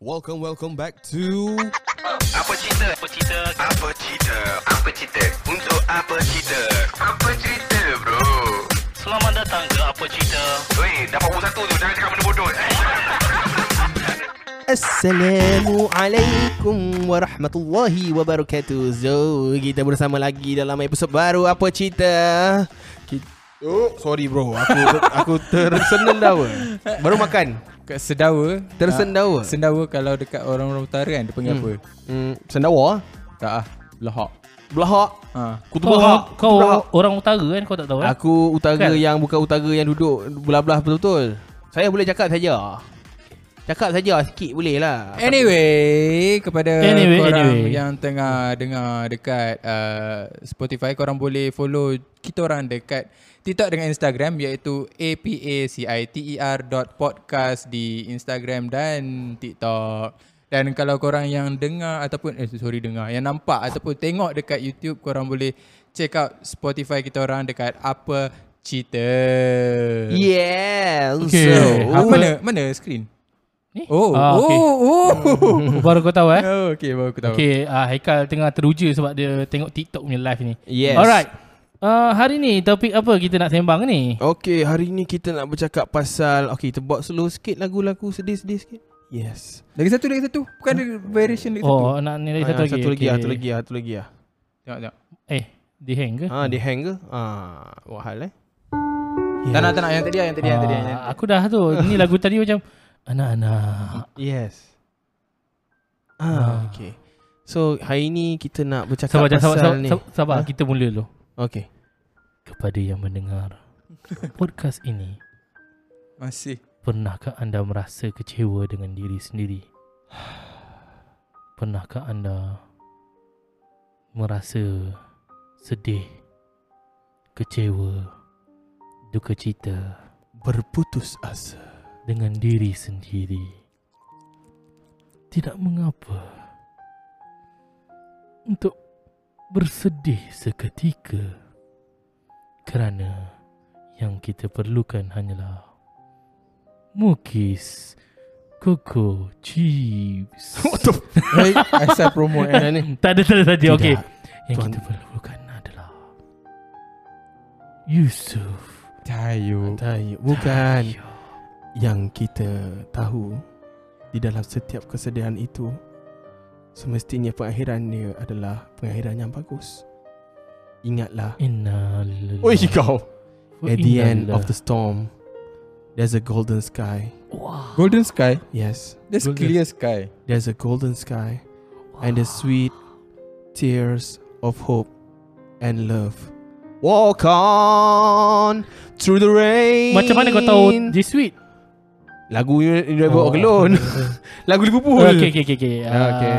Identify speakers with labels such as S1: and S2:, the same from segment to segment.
S1: Welcome, welcome back to
S2: Apa cerita? Apa cerita? Apa cerita? Apa cerita? Untuk apa cerita? Apa cerita, bro?
S3: Selamat datang ke Apa Cerita
S2: Weh, dapat pukul satu tu. Jangan cakap benda bodoh. Eh?
S1: Assalamualaikum warahmatullahi wabarakatuh. So, kita bersama lagi dalam episod baru Apa Cerita. Kita Oh, sorry bro. Aku aku tersendawa. Baru makan.
S4: Kat Sendawa
S1: Tersendawa.
S4: ah, Sendawa kalau dekat orang-orang utara kan Dia panggil hmm. apa
S1: Hmm, sendawa.
S4: Tak ah Lahak
S1: Belahak.
S4: ha.
S3: Kau,
S1: Kutub
S3: orang,
S1: belahak.
S3: kau
S1: Kutub belahak.
S3: orang utara kan Kau tak tahu kan
S1: Aku utara
S3: Kan?
S1: yang bukan utara yang duduk belah-belah betul-betul. Saya boleh cakap saja. Cakap saja sikit boleh lah.
S4: Anyway Kepada anyway,
S3: Anyway,
S4: korang
S3: anyway.
S4: anyway. yang tengah dengar dekat uh, Spotify Korang boleh follow kita orang dekat TikTok dengan Instagram Iaitu apaciter E dot podcast di Instagram dan TikTok dan kalau korang yang dengar ataupun eh sorry dengar yang nampak ataupun tengok dekat YouTube korang boleh check out Spotify kita orang dekat apa cerita.
S1: Yeah.
S3: Okay.
S1: So,
S4: Ha, mana mana screen?
S3: Ni?
S4: Oh,
S3: Ah,
S4: oh,
S3: okay.
S4: oh.
S3: Baru kau tahu eh
S4: Oh, okay, baru aku tahu. Okay.
S3: Okay uh, Haikal tengah teruja Sebab dia tengok TikTok punya live ni
S1: Yes.
S3: Alright uh, Hari ni topik apa kita nak sembang ni
S1: Okay, hari ni kita nak bercakap pasal Okay, kita buat slow sikit lagu-lagu sedih-sedih sikit Yes
S4: Lagi satu, lagi satu. Bukan ada variation lagi satu.
S3: Oh nak nilai satu
S1: Ah,
S3: lagi
S1: Satu lagi,
S3: Okay.
S1: ah, satu lagi, ah, satu lagi ah.
S4: Tengok, tengok.
S3: Eh di hang ke
S1: Ah, dia hang ke? Ah, what hal eh?
S4: Tak nak, tak nak. Yang tadi, lah, yang tadi, yang tadi. Yang tadi.
S3: Ah, Aku dah tu Ni lagu tadi macam Anak-anak
S1: Yes Ah, okay So, hari ni kita nak bercakap
S3: Sabar, sabar,
S1: pasal
S3: sabar, sabar,
S1: ni
S3: sabar, sabar.
S1: Ha?
S3: Kita mula dulu
S1: Okay
S3: Kepada yang mendengar Podcast ini
S4: Masih.
S3: Pernahkah anda merasa kecewa dengan diri sendiri? Pernahkah anda merasa sedih, kecewa, duka cita
S1: Berputus asa
S3: dengan diri sendiri? Tidak mengapa untuk bersedih seketika kerana yang kita perlukan hanyalah mukis Coco Chips.
S4: Baik, asal promo eh.
S3: tak ada tak ada saja.
S1: Tidak.
S3: Okey. Yang
S1: Tuan-
S3: kita perlukan adalah Yusuf.
S4: Tayo.
S1: Tayo Bukan
S3: Tayo.
S1: yang kita tahu di dalam setiap kesedihan itu semestinya pengakhirannya adalah pengakhiran yang bagus. Ingatlah.
S3: Inna
S1: Oi kau. At the end of the storm there's a golden sky.
S3: Wah.
S4: Golden Sky.
S1: Yes.
S4: That's
S3: Golden.
S4: clear sky.
S1: There's a golden sky and the sweet tears of hope and love. Walk on through the rain.
S3: Macam mana kau tahu This Sweet?
S1: lagu You Never Walk
S3: Oh.
S1: Alone? lagu Liverpool.
S3: Okay, okay, okay, okay. Ah,
S1: Okay.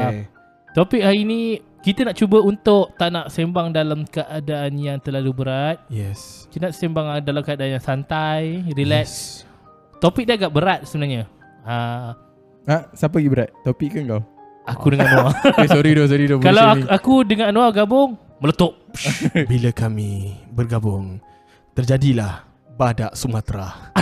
S3: Topik hari ni kita nak cuba untuk tak nak sembang dalam keadaan yang terlalu berat.
S1: Yes.
S3: Kita nak sembang dalam keadaan yang santai, relax. Topik dia agak berat sebenarnya. Ah,
S4: Ha, siapa lagi berat? Topik ke kau?
S3: aku dengan Noah.
S4: Eh, sorry doh, sorry doh.
S3: Kalau aku, aku dengan Anwar gabung Meletup
S1: Bila kami bergabung, terjadilah Badak Sumatera.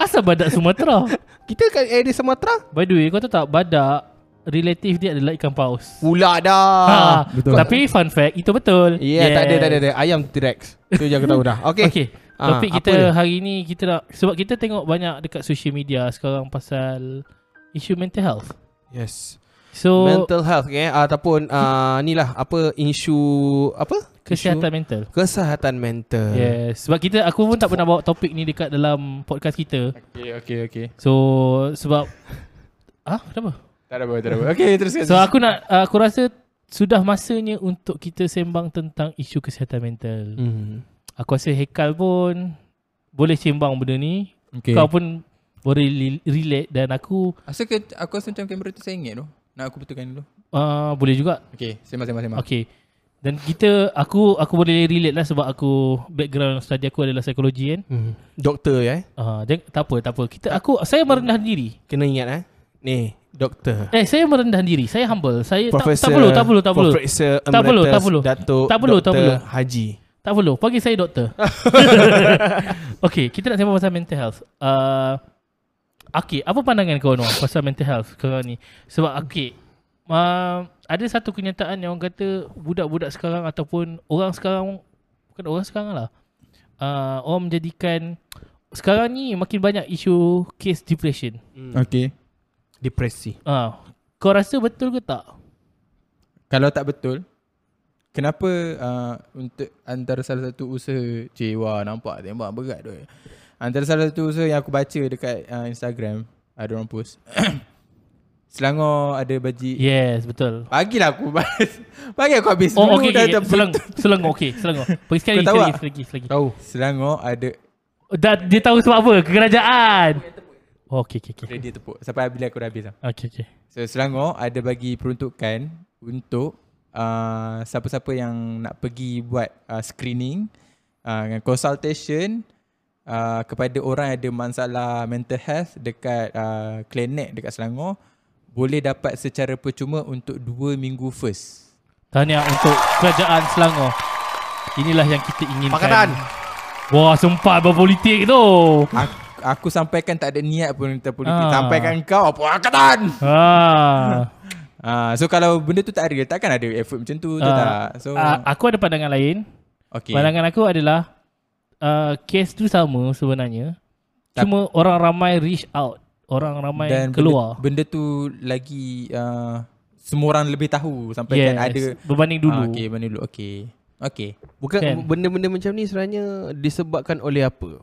S3: Asal badak Sumatera
S1: Kita kat area Sumatera?
S3: By the way kau tahu tak Badak Relatif dia adalah ikan paus
S1: Pula
S3: ha,
S1: dah.
S4: betul.
S3: Tapi fun fact Itu betul
S1: Ya, yeah, tak ada, tak ada, tak ada. Ayam T-Rex. Tu je aku tahu dah. Okay.
S3: Okay, okay.
S1: Ah,
S3: Topik
S1: apa
S3: kita
S1: dia?
S3: hari ni Kita nak Sebab kita tengok banyak Dekat social media sekarang Pasal Isu mental health
S1: Yes.
S3: So
S1: Mental
S3: mental
S1: health eh ataupun uh, ni lah apa isu apa?
S3: Kesihatan
S1: Isu
S3: mental
S1: kesihatan
S3: Ah.
S1: mental.
S3: Yes Sebab kita Aku pun tak pernah bawa topik ni Dekat dalam podcast kita
S4: Okay, okay, okay.
S3: So Sebab Ah, kenapa?
S4: Tak ada apa, tak ada apa. Okay, teruskan.
S3: So aku nak uh, aku rasa sudah masanya untuk kita sembang tentang isu kesihatan mental. Hmm.
S1: Hmm.
S3: Aku rasa Hekal pun boleh sembang benda ni.
S4: okay.
S3: Okay. Kau pun boleh li- relate dan aku
S4: Asal ke, aku rasa macam kamera tu saya ingat tu. Nak aku betulkan dulu.
S3: uh, boleh juga.
S4: Okay, sembang, sembang, sembang.
S3: Okay. Dan kita aku aku boleh relate lah sebab aku background study aku adalah psikologi kan.
S1: Hmm. Doktor ya. Eh?
S3: Uh, jang, tak apa tak apa. Kita aku saya merendah diri.
S1: Kena ingat eh. Ni, doktor.
S3: Eh saya merendah diri. Saya humble. Saya Eh, tak,
S1: Profesor
S3: tak perlu tak perlu tak perlu.
S1: Profesor
S3: Tak perlu, tak
S1: Emeritus
S3: perlu.
S1: Datuk
S3: Tak perlu, tak
S1: Dr.
S3: perlu.
S1: Haji.
S3: Tak perlu Panggil saya doktor Okay Kita nak sembang pasal mental health uh, Akid, apa pandangan kau Noah pasal mental health kau ni? Sebab Akid, uh, ada satu kenyataan yang orang kata budak-budak sekarang ataupun orang sekarang, bukan orang sekarang lah. Uh, orang menjadikan, sekarang ni makin banyak isu case depression.
S4: Okay.
S1: Depresi.
S3: Uh, kau rasa betul ke tak?
S4: Kalau tak betul, kenapa uh, untuk antara salah satu usaha Cewa nampak tembak berat tu. eh. Antara salah satu usaha yang aku baca dekat uh, Instagram, ada orang post. Selangor ada baji. Yeah.
S3: Yes, betul.
S4: Pagilah aku balas. Pagi aku habis
S3: Ya. Oh,
S4: dulu dah
S3: okay, okay.
S4: terputus.
S3: Seleng, seleng, okay, seleng. Pergi sekali,
S4: Kau tahu
S3: sekali,
S4: tak?
S3: sekali, sekali.
S1: Tahu.
S4: Selangor ada
S3: Dah, dia tahu sebab apa? Kerajaan. Oh, okay, okay, okay.
S4: ready tepuk. Sampai bila aku dah habis lah.
S3: Okay, okay.
S4: So Selangor ada bagi peruntukan untuk uh, siapa-siapa yang nak pergi buat uh, screening uh, dengan consultation uh, kepada orang yang ada masalah mental health dekat uh, klinik dekat Selangor boleh dapat secara percuma untuk 2 minggu first.
S3: Tahniah untuk kerajaan Selangor. Inilah yang kita inginkan.
S1: Pakatan.
S3: Wah, sempat berpolitik tu.
S4: Kan? Aku, aku sampaikan tak ada niat pun untuk politik.
S3: Ah.
S4: Sampaikan kau apa angkatan.
S3: Ah.
S4: Ah, so kalau benda tu tak real takkan ada effort macam tu, tu
S3: Ah,
S4: tak. So
S3: ah, aku ada pandangan lain.
S4: okay.
S3: Pandangan aku adalah uh, kes tu sama sebenarnya.
S4: Tapi-
S3: Cuma orang ramai reach out. Orang ramai keluar.
S4: Benda, benda tu lagi uh, semua orang lebih tahu sampai yes.
S3: yes.
S4: kan ada
S3: Berbanding dulu.
S4: Ah, okey, mana dulu. Okey. Okey.
S1: Bukan
S3: Kan?
S1: benda-benda macam ni sebenarnya disebabkan oleh apa?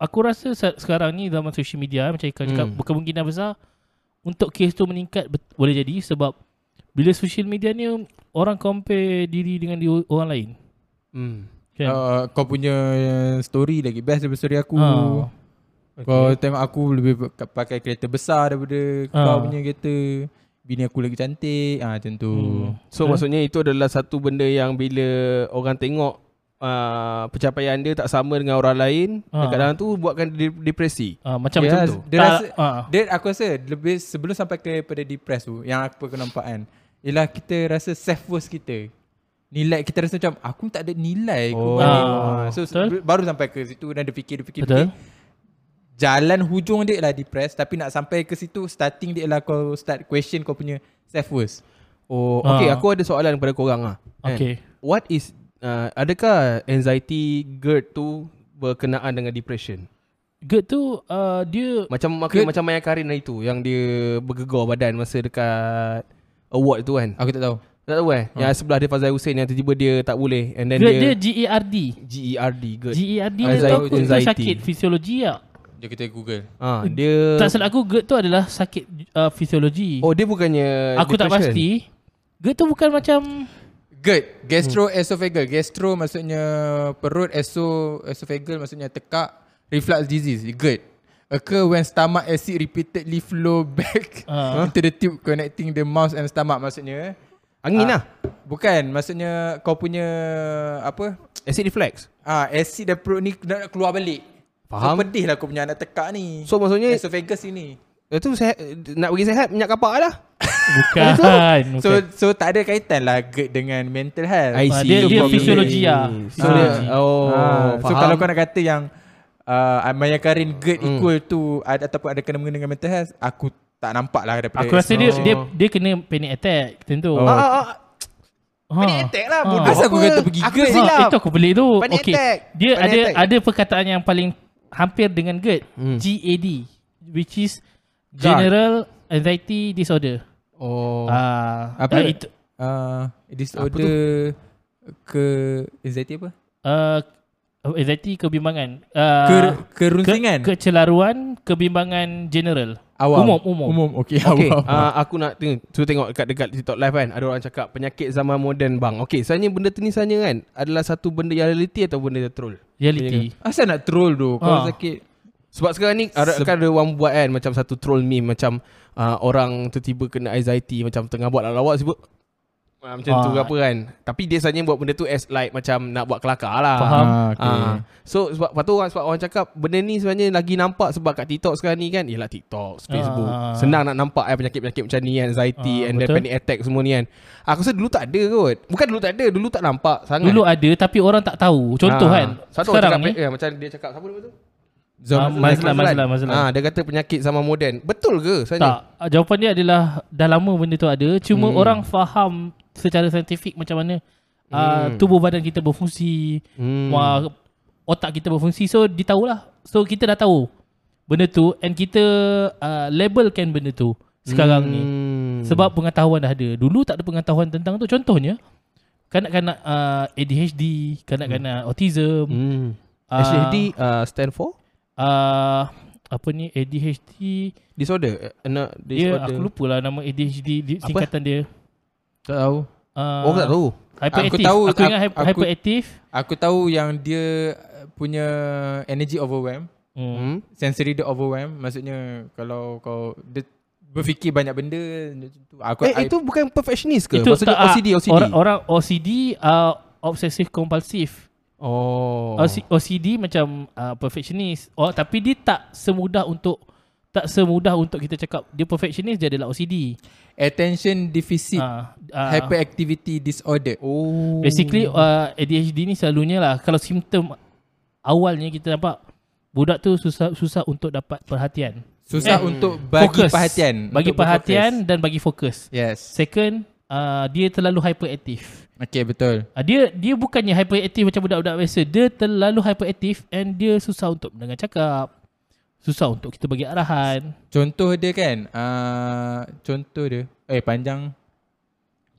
S3: Aku rasa se- sekarang ni zaman social media eh, macam kau cakap
S1: Hmm.
S3: berkemungkinan besar untuk kes tu meningkat bet- boleh jadi sebab bila social media ni orang compare diri dengan di- orang lain.
S1: Hmm.
S3: Kan?
S4: Uh, kau punya story lagi best daripada story aku.
S3: Ah.
S4: Kau tengok aku lebih pa- pakai kereta besar daripada kau
S3: Ah.
S4: punya kereta. Bini aku lagi cantik. Ah macam tu.
S3: Hmm.
S1: So maksudnya itu adalah satu benda yang bila orang tengok uh, pencapaian dia tak sama dengan orang lain,
S3: Ah.
S1: kadang-kadang tu buatkan dia depresi.
S3: Ah, macam
S4: Dia
S3: macam
S4: ras-
S3: tu.
S4: dia
S3: Tak-
S4: rasa-
S3: ah.
S4: Dia aku rasa lebih sebelum sampai ke pada depress tu yang aku penampakan ialah kita rasa self worth kita. Nilai kita rasa macam aku tak ada nilai aku
S1: Oh.
S4: balik.
S3: Ah,
S4: Ah, so
S3: betul.
S4: Betul? baru sampai ke situ dan dia fikir dia fikir,
S3: Betul.
S4: fikir. Jalan hujung dia lah depress tapi nak sampai ke situ starting dia lah kau start question kau punya self worth.
S1: Oh, okay.
S3: Ah.
S1: Aku ada soalan kepada korang lah.
S3: Okey.
S1: What is uh, adakah anxiety GERD tu berkenaan dengan depression?
S3: Good tu uh, dia
S1: Macam okay, macam Maya Karin hari tu yang dia bergegar badan masa dekat award tu kan.
S4: Aku tak tahu.
S1: Tak tahu eh. Yang sebelah dia Fazal Hussein yang tiba-tiba dia tak boleh and then
S3: Ah. good dia
S1: dia,
S3: GERD.
S1: GERD GERD.
S3: GERD
S1: Anxiety,
S3: tu aku tu
S1: anxiety.
S3: sakit fisiologi ah.
S4: Dia kita Google.
S1: ah dia
S3: Hmm. Tak salah aku good tu adalah sakit uh, fisiologi.
S1: Oh dia bukannya
S3: aku tak
S1: depression.
S3: pasti. Good tu bukan macam
S4: GERD, gastroesophageal. Gastro maksudnya perut, eso esophageal maksudnya tekak, reflux disease, GERD. Occur when stomach acid repeatedly flow back
S3: Ah.
S4: into the tube connecting the mouth and stomach maksudnya.
S1: Angin lah.
S4: Ah, Bukan, maksudnya kau punya apa?
S1: Acid reflex.
S4: Ah, acid dari perut ni nak nak keluar balik.
S1: Faham.
S4: So, pedih lah kau punya anak tekak ni.
S1: So maksudnya
S4: esophagus ini.
S1: eh, tu sehat, nak bagi sehat minyak kapak lah.
S3: bukan. bukan.
S4: So so tak ada kaitan lah GERD dengan mental health.
S3: Ah, dia- dia
S1: Problem.
S3: fisiologi lah.
S1: So dia
S4: Fisiologi.
S1: oh faham.
S4: Ah, So kalau kau nak kata yang uh, Maya Karin GERD
S1: Hmm.
S4: equal to ada, Ataupun ada kena-mengena dengan mental health Aku tak nampak lah daripada
S3: aku rasa dia
S1: Oh.
S3: dia dia kena panic attack tentu.
S1: ah, ah, ah,
S3: Ha.
S1: panic attack lah bodoh.
S4: Asal aku
S1: apa?
S4: kata pergi
S1: Aku
S4: GERD?
S1: silap.
S3: Ha, itu aku pelik tu.
S1: Panic
S3: Okey.
S1: attack.
S3: Dia
S1: Panic
S3: ada
S1: attack.
S3: ada perkataan yang paling hampir dengan GERD,
S1: Hmm.
S3: GAD which is
S1: Guard.
S3: General Anxiety Disorder.
S1: Oh.
S3: Ah,
S4: Apa?
S3: ah, itu
S4: uh, Disorder Ke Anxiety apa?
S3: uh, anxiety kebimbangan.
S4: Ke,
S3: Uh,
S4: kerunsingan
S3: Ke, kecelaruan, kebimbangan general.
S4: Awam
S3: Umum, umum. Ah.
S4: Umum okay,
S1: Okay,
S4: awam
S1: uh, aku nak tengok, tu tengok dekat dekat TikTok live kan. Ada orang cakap penyakit zaman moden bang. Okey, sebenarnya benda tu ni sebenarnya kan adalah satu benda yang reality atau benda yang troll.
S3: Reality.
S4: Asal nak troll tu Kau
S3: Ah.
S4: sakit
S1: Sebab sekarang ni ada kan ada orang buat kan macam satu troll meme macam uh, orang tiba-tiba kena anxiety macam tengah buat lawak sebut uh, macam tu
S3: Ah.
S1: ke apa kan. Tapi dia sebenarnya buat benda tu as like macam nak buat kelakar lah.
S3: Faham.
S4: Ah, okay.
S1: Ah. So sebab patut orang sebab orang cakap benda ni sebenarnya lagi nampak sebab kat TikTok sekarang ni kan ialah TikTok, Facebook.
S3: Ah.
S1: Senang nak nampak eh, penyakit-penyakit macam ni kan, anxiety
S3: Ah,
S1: and then
S3: betul.
S1: panic attack semua ni kan. Aku rasa dulu tak ada kot. Bukan dulu tak ada, dulu tak nampak sangat.
S3: Dulu ada tapi orang tak tahu. Contoh kan.
S1: Satu
S3: sekarang
S1: orang cakap,
S3: ni
S1: eh, macam dia cakap siapa dulu tu? Zam-
S3: Ah, Mazlan,
S1: Mazlan.
S3: Mazlan, Mazlan.
S1: Ah, dia kata penyakit zaman moden. Betul ke sebenarnya?
S3: Tak, Ah, jawapan dia adalah dah lama benda tu ada. Cuma hmm. orang faham secara saintifik macam mana hmm. uh, tubuh badan kita berfungsi, hmm. wah, otak kita berfungsi. So, ditahulah. So, kita dah tahu benda tu and kita uh, labelkan benda tu sekarang hmm. ni.
S1: Hmm.
S3: Sebab pengetahuan dah ada. Dulu tak ada pengetahuan tentang tu. Contohnya, kanak-kanak uh, ADHD, kanak-kanak hmm. autism, hmm.
S1: Hmm.
S3: Ah.
S1: HAD uh, stand for
S3: Uh, apa ni ADHD,
S1: disorder. Eh, Anak
S3: dia
S1: disorder.
S3: Ya, aku lupa lah nama ADHD di-
S1: Apa?
S3: singkatan dia.
S4: Tak tahu.
S3: Uh,
S1: Oh, aku tak tahu.
S3: Hyperactive.
S4: Aku tahu,
S3: aku ingat
S4: aku- Eh,
S3: aku, hyperactive.
S4: Aku tahu yang dia uh, punya energy overwhelm,
S3: Hmm.
S1: Hmm.
S4: sensory dia overwhelm. Maksudnya kalau kau dia berfikir banyak benda macam tu. Aku
S1: eh, itu bukan perfectionist ke?
S3: Itu
S1: Maksudnya
S3: tak, ah,
S1: OCD, OCD.
S3: Orang, orang OCD uh, obsessive compulsive.
S1: oh.
S3: Oh. OCD macam uh, perfectionist. Oh tapi dia tak semudah untuk tak semudah untuk kita cakap dia perfectionist dia adalah OCD.
S4: attention deficit
S3: Ah, ah.
S4: hyperactivity disorder.
S1: Oh.
S3: Basically uh, ADHD ni selalunya lah kalau simptom awalnya kita nampak budak tu susah susah untuk dapat perhatian.
S4: Susah untuk bagi
S3: eh, Fokus.
S4: perhatian.
S3: Bagi
S4: untuk berfokus.
S3: perhatian dan bagi fokus.
S4: Yes.
S3: Second, uh, dia terlalu hyperaktif.
S4: Okay, betul.
S3: Uh, dia dia bukannya hyperaktif macam budak-budak biasa. Dia terlalu hyperaktif and dia susah untuk mendengar cakap. Susah untuk kita bagi arahan.
S4: Contoh dia kan, uh, contoh dia, eh panjang.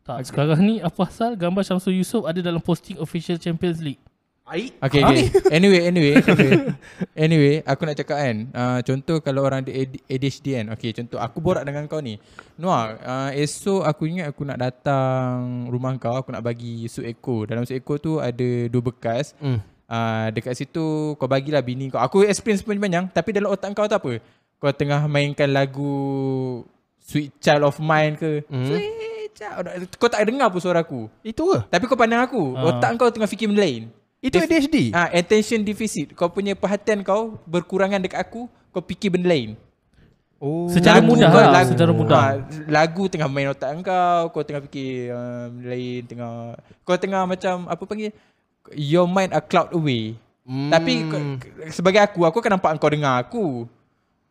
S3: Tak, sekarang ni apa asal gambar Syamsul Yusof ada dalam posting official Champions League.
S1: Aik.
S4: Okay, okay. Anyway, anyway, anyway. anyway, aku nak cakap kan, uh, contoh kalau orang ada AD- ADHD kan. Okay, contoh aku borak dengan kau ni. Noah, uh, esok aku ingat aku nak datang rumah kau, aku nak bagi suit ekor. Dalam suit ekor tu ada dua bekas. Mm. Uh, dekat situ kau bagilah bini kau. Aku experience pun panjang, tapi dalam otak kau tu apa? Kau tengah mainkan lagu Sweet Child of Mine ke? Mm. Sweet Child. Kau tak dengar pun suara aku.
S1: Itu ke?
S4: Tapi kau pandang aku, otak kau tengah fikir benda lain.
S1: Itu
S4: Def-
S1: ADHD.
S4: Ah, attention deficit. Kau punya perhatian kau berkurangan dekat aku, kau fikir benda lain.
S1: Oh.
S3: Secara mudah
S4: kau
S3: lah, secara mudah.
S4: ah, lagu tengah main otak kau, kau tengah fikir uh, benda lain, tengah kau tengah macam apa panggil your mind a cloud away. Hmm. Tapi kau- sebagai aku, aku akan nampak kau dengar aku.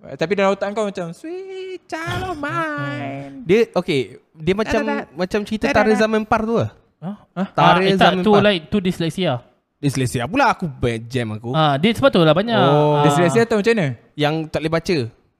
S4: Ah, Tapi dalam otak kau macam sweet child of mine.
S1: Dia okay, dia macam macam cerita Tariza Mempar tu lah.
S3: Ha?
S1: Hah?
S3: Ah,
S1: Tarik
S3: eh,
S1: Zaman
S3: tak, tu
S1: Pak.
S3: lain, tu disleksia.
S1: Disleksia pula aku bad jam aku.
S3: Ah, dia sebab tu lah banyak.
S4: Oh,
S3: Ah,
S4: dia selesai tahu macam mana?
S1: Yang tak boleh baca.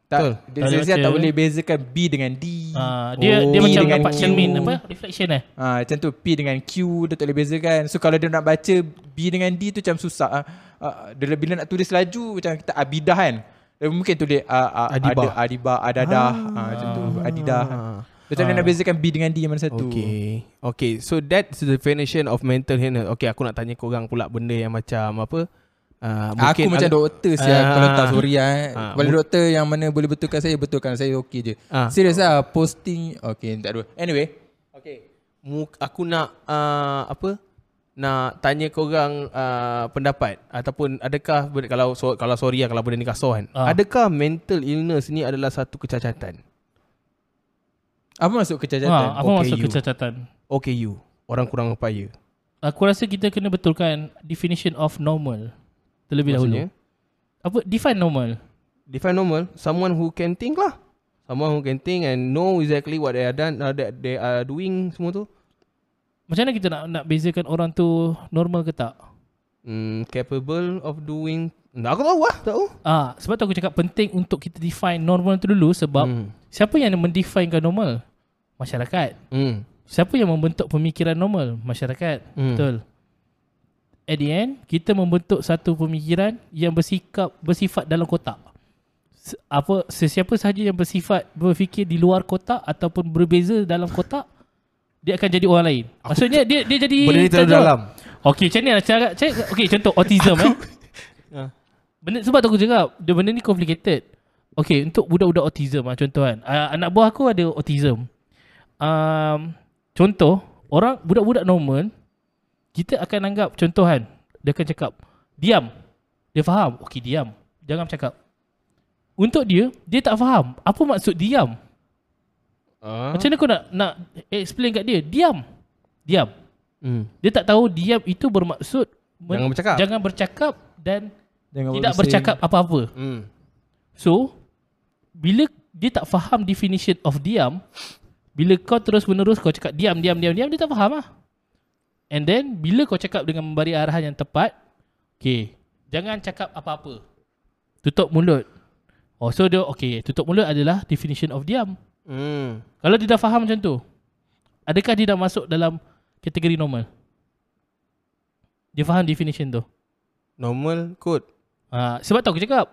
S4: Tak,
S1: Betul.
S4: dia
S3: Tak boleh
S4: selesai tak
S3: baca.
S4: boleh bezakan B dengan D.
S3: ah, dia
S1: Oh.
S3: dia
S1: P
S3: macam
S4: dengan
S3: nampak
S4: Q.
S3: cermin apa? Reflection eh.
S4: Ah macam tu P dengan Q dia tak boleh bezakan. So kalau dia nak baca B dengan D tu macam susah. Ah, ah, dia bila nak tulis laju macam kita abidah kan. Dia mungkin tulis ah, ah,
S1: Adiba.
S4: ada adiba adadah ah. macam tu adidah. Ha. Dia tak boleh nak bezakan B dengan D yang mana satu.
S1: Okay Okay Hmm. so that's the definition of mental illness Okay aku nak tanya korang pula benda yang macam apa uh,
S4: Mungkin aku macam doktor sia
S1: Ah.
S4: kalau tak sorry ah.
S1: Ah,
S4: Kalau doktor yang mana boleh betulkan saya betulkan saya okey je.
S1: Ah.
S4: Serius ah posting okey tak ada. Anyway,
S1: Okay Mu- Aku nak uh, apa nak tanya korang uh, pendapat ataupun adakah ber- kalau so, kalau sorry lah kalau benda ni kasar kan
S3: Ah.
S1: adakah mental illness ni adalah satu kecacatan
S4: apa masuk kecacatan?
S3: Ha, apa
S1: OKU.
S3: maksud kecacatan?
S1: okay you orang kurang upaya
S3: Aku rasa kita kena betulkan definition of normal terlebih
S1: maksudnya
S3: dahulu. Apa define normal?
S1: define normal someone who can think lah someone who can think and know exactly what they are done uh, that they are doing semua tu
S3: Macam mana kita nak nak bezakan orang tu normal ke tak?
S1: mm, capable of doing nah, aku tahu lah tahu
S3: Ah, sebab tu aku cakap penting untuk kita define normal tu dulu sebab
S1: Hmm.
S3: hmm. siapa yang mendefinekan normal? Masyarakat.
S1: mm.
S3: Siapa yang membentuk pemikiran normal? Masyarakat.
S1: Hmm.
S3: Hmm. Betul. At the end, kita membentuk satu pemikiran yang bersikap bersifat dalam kotak. Se- Apa sesiapa sahaja yang bersifat berfikir di luar kotak ataupun berbeza dalam kotak, dia akan jadi orang lain. Maksudnya dia dia jadi
S1: Benda ni terlalu
S3: macam-
S1: dalam.
S3: Okey, macam ni lah cara cara okey contoh autism eh.
S1: Ha.
S3: Benda sebab tu aku cakap, dia benda ni complicated. Okay, untuk budak-budak autism lah contoh kan. Uh, anak buah aku ada autism. Um, contoh, orang budak-budak normal, kita akan anggap contoh kan, dia akan cakap, diam. Dia faham, okay diam. Jangan cakap. Untuk dia, dia tak faham. Apa maksud diam?
S1: Hmm. Ah.
S3: Macam mana kau nak, nak explain kat dia? Diam. Diam.
S1: Mm.
S3: Dia tak tahu diam itu bermaksud
S1: Jangan bercakap.
S3: Jangan bercakap dan
S5: Jangan
S3: Tidak
S5: berpusing.
S3: bercakap apa-apa.
S1: Hmm.
S3: So bila dia tak faham definition of diam, bila kau terus menerus kau cakap diam diam diam diam dia tak faham lah. And then bila kau cakap dengan memberi arahan yang tepat, okay, jangan cakap apa-apa. Tutup mulut. Oh so dia okay, tutup mulut adalah definition of diam.
S1: Hmm.
S3: Kalau dia dah faham macam tu, adakah dia dah masuk dalam kategori normal? Dia faham definition tu.
S1: Normal kot.
S3: Ha, sebab tahu aku cakap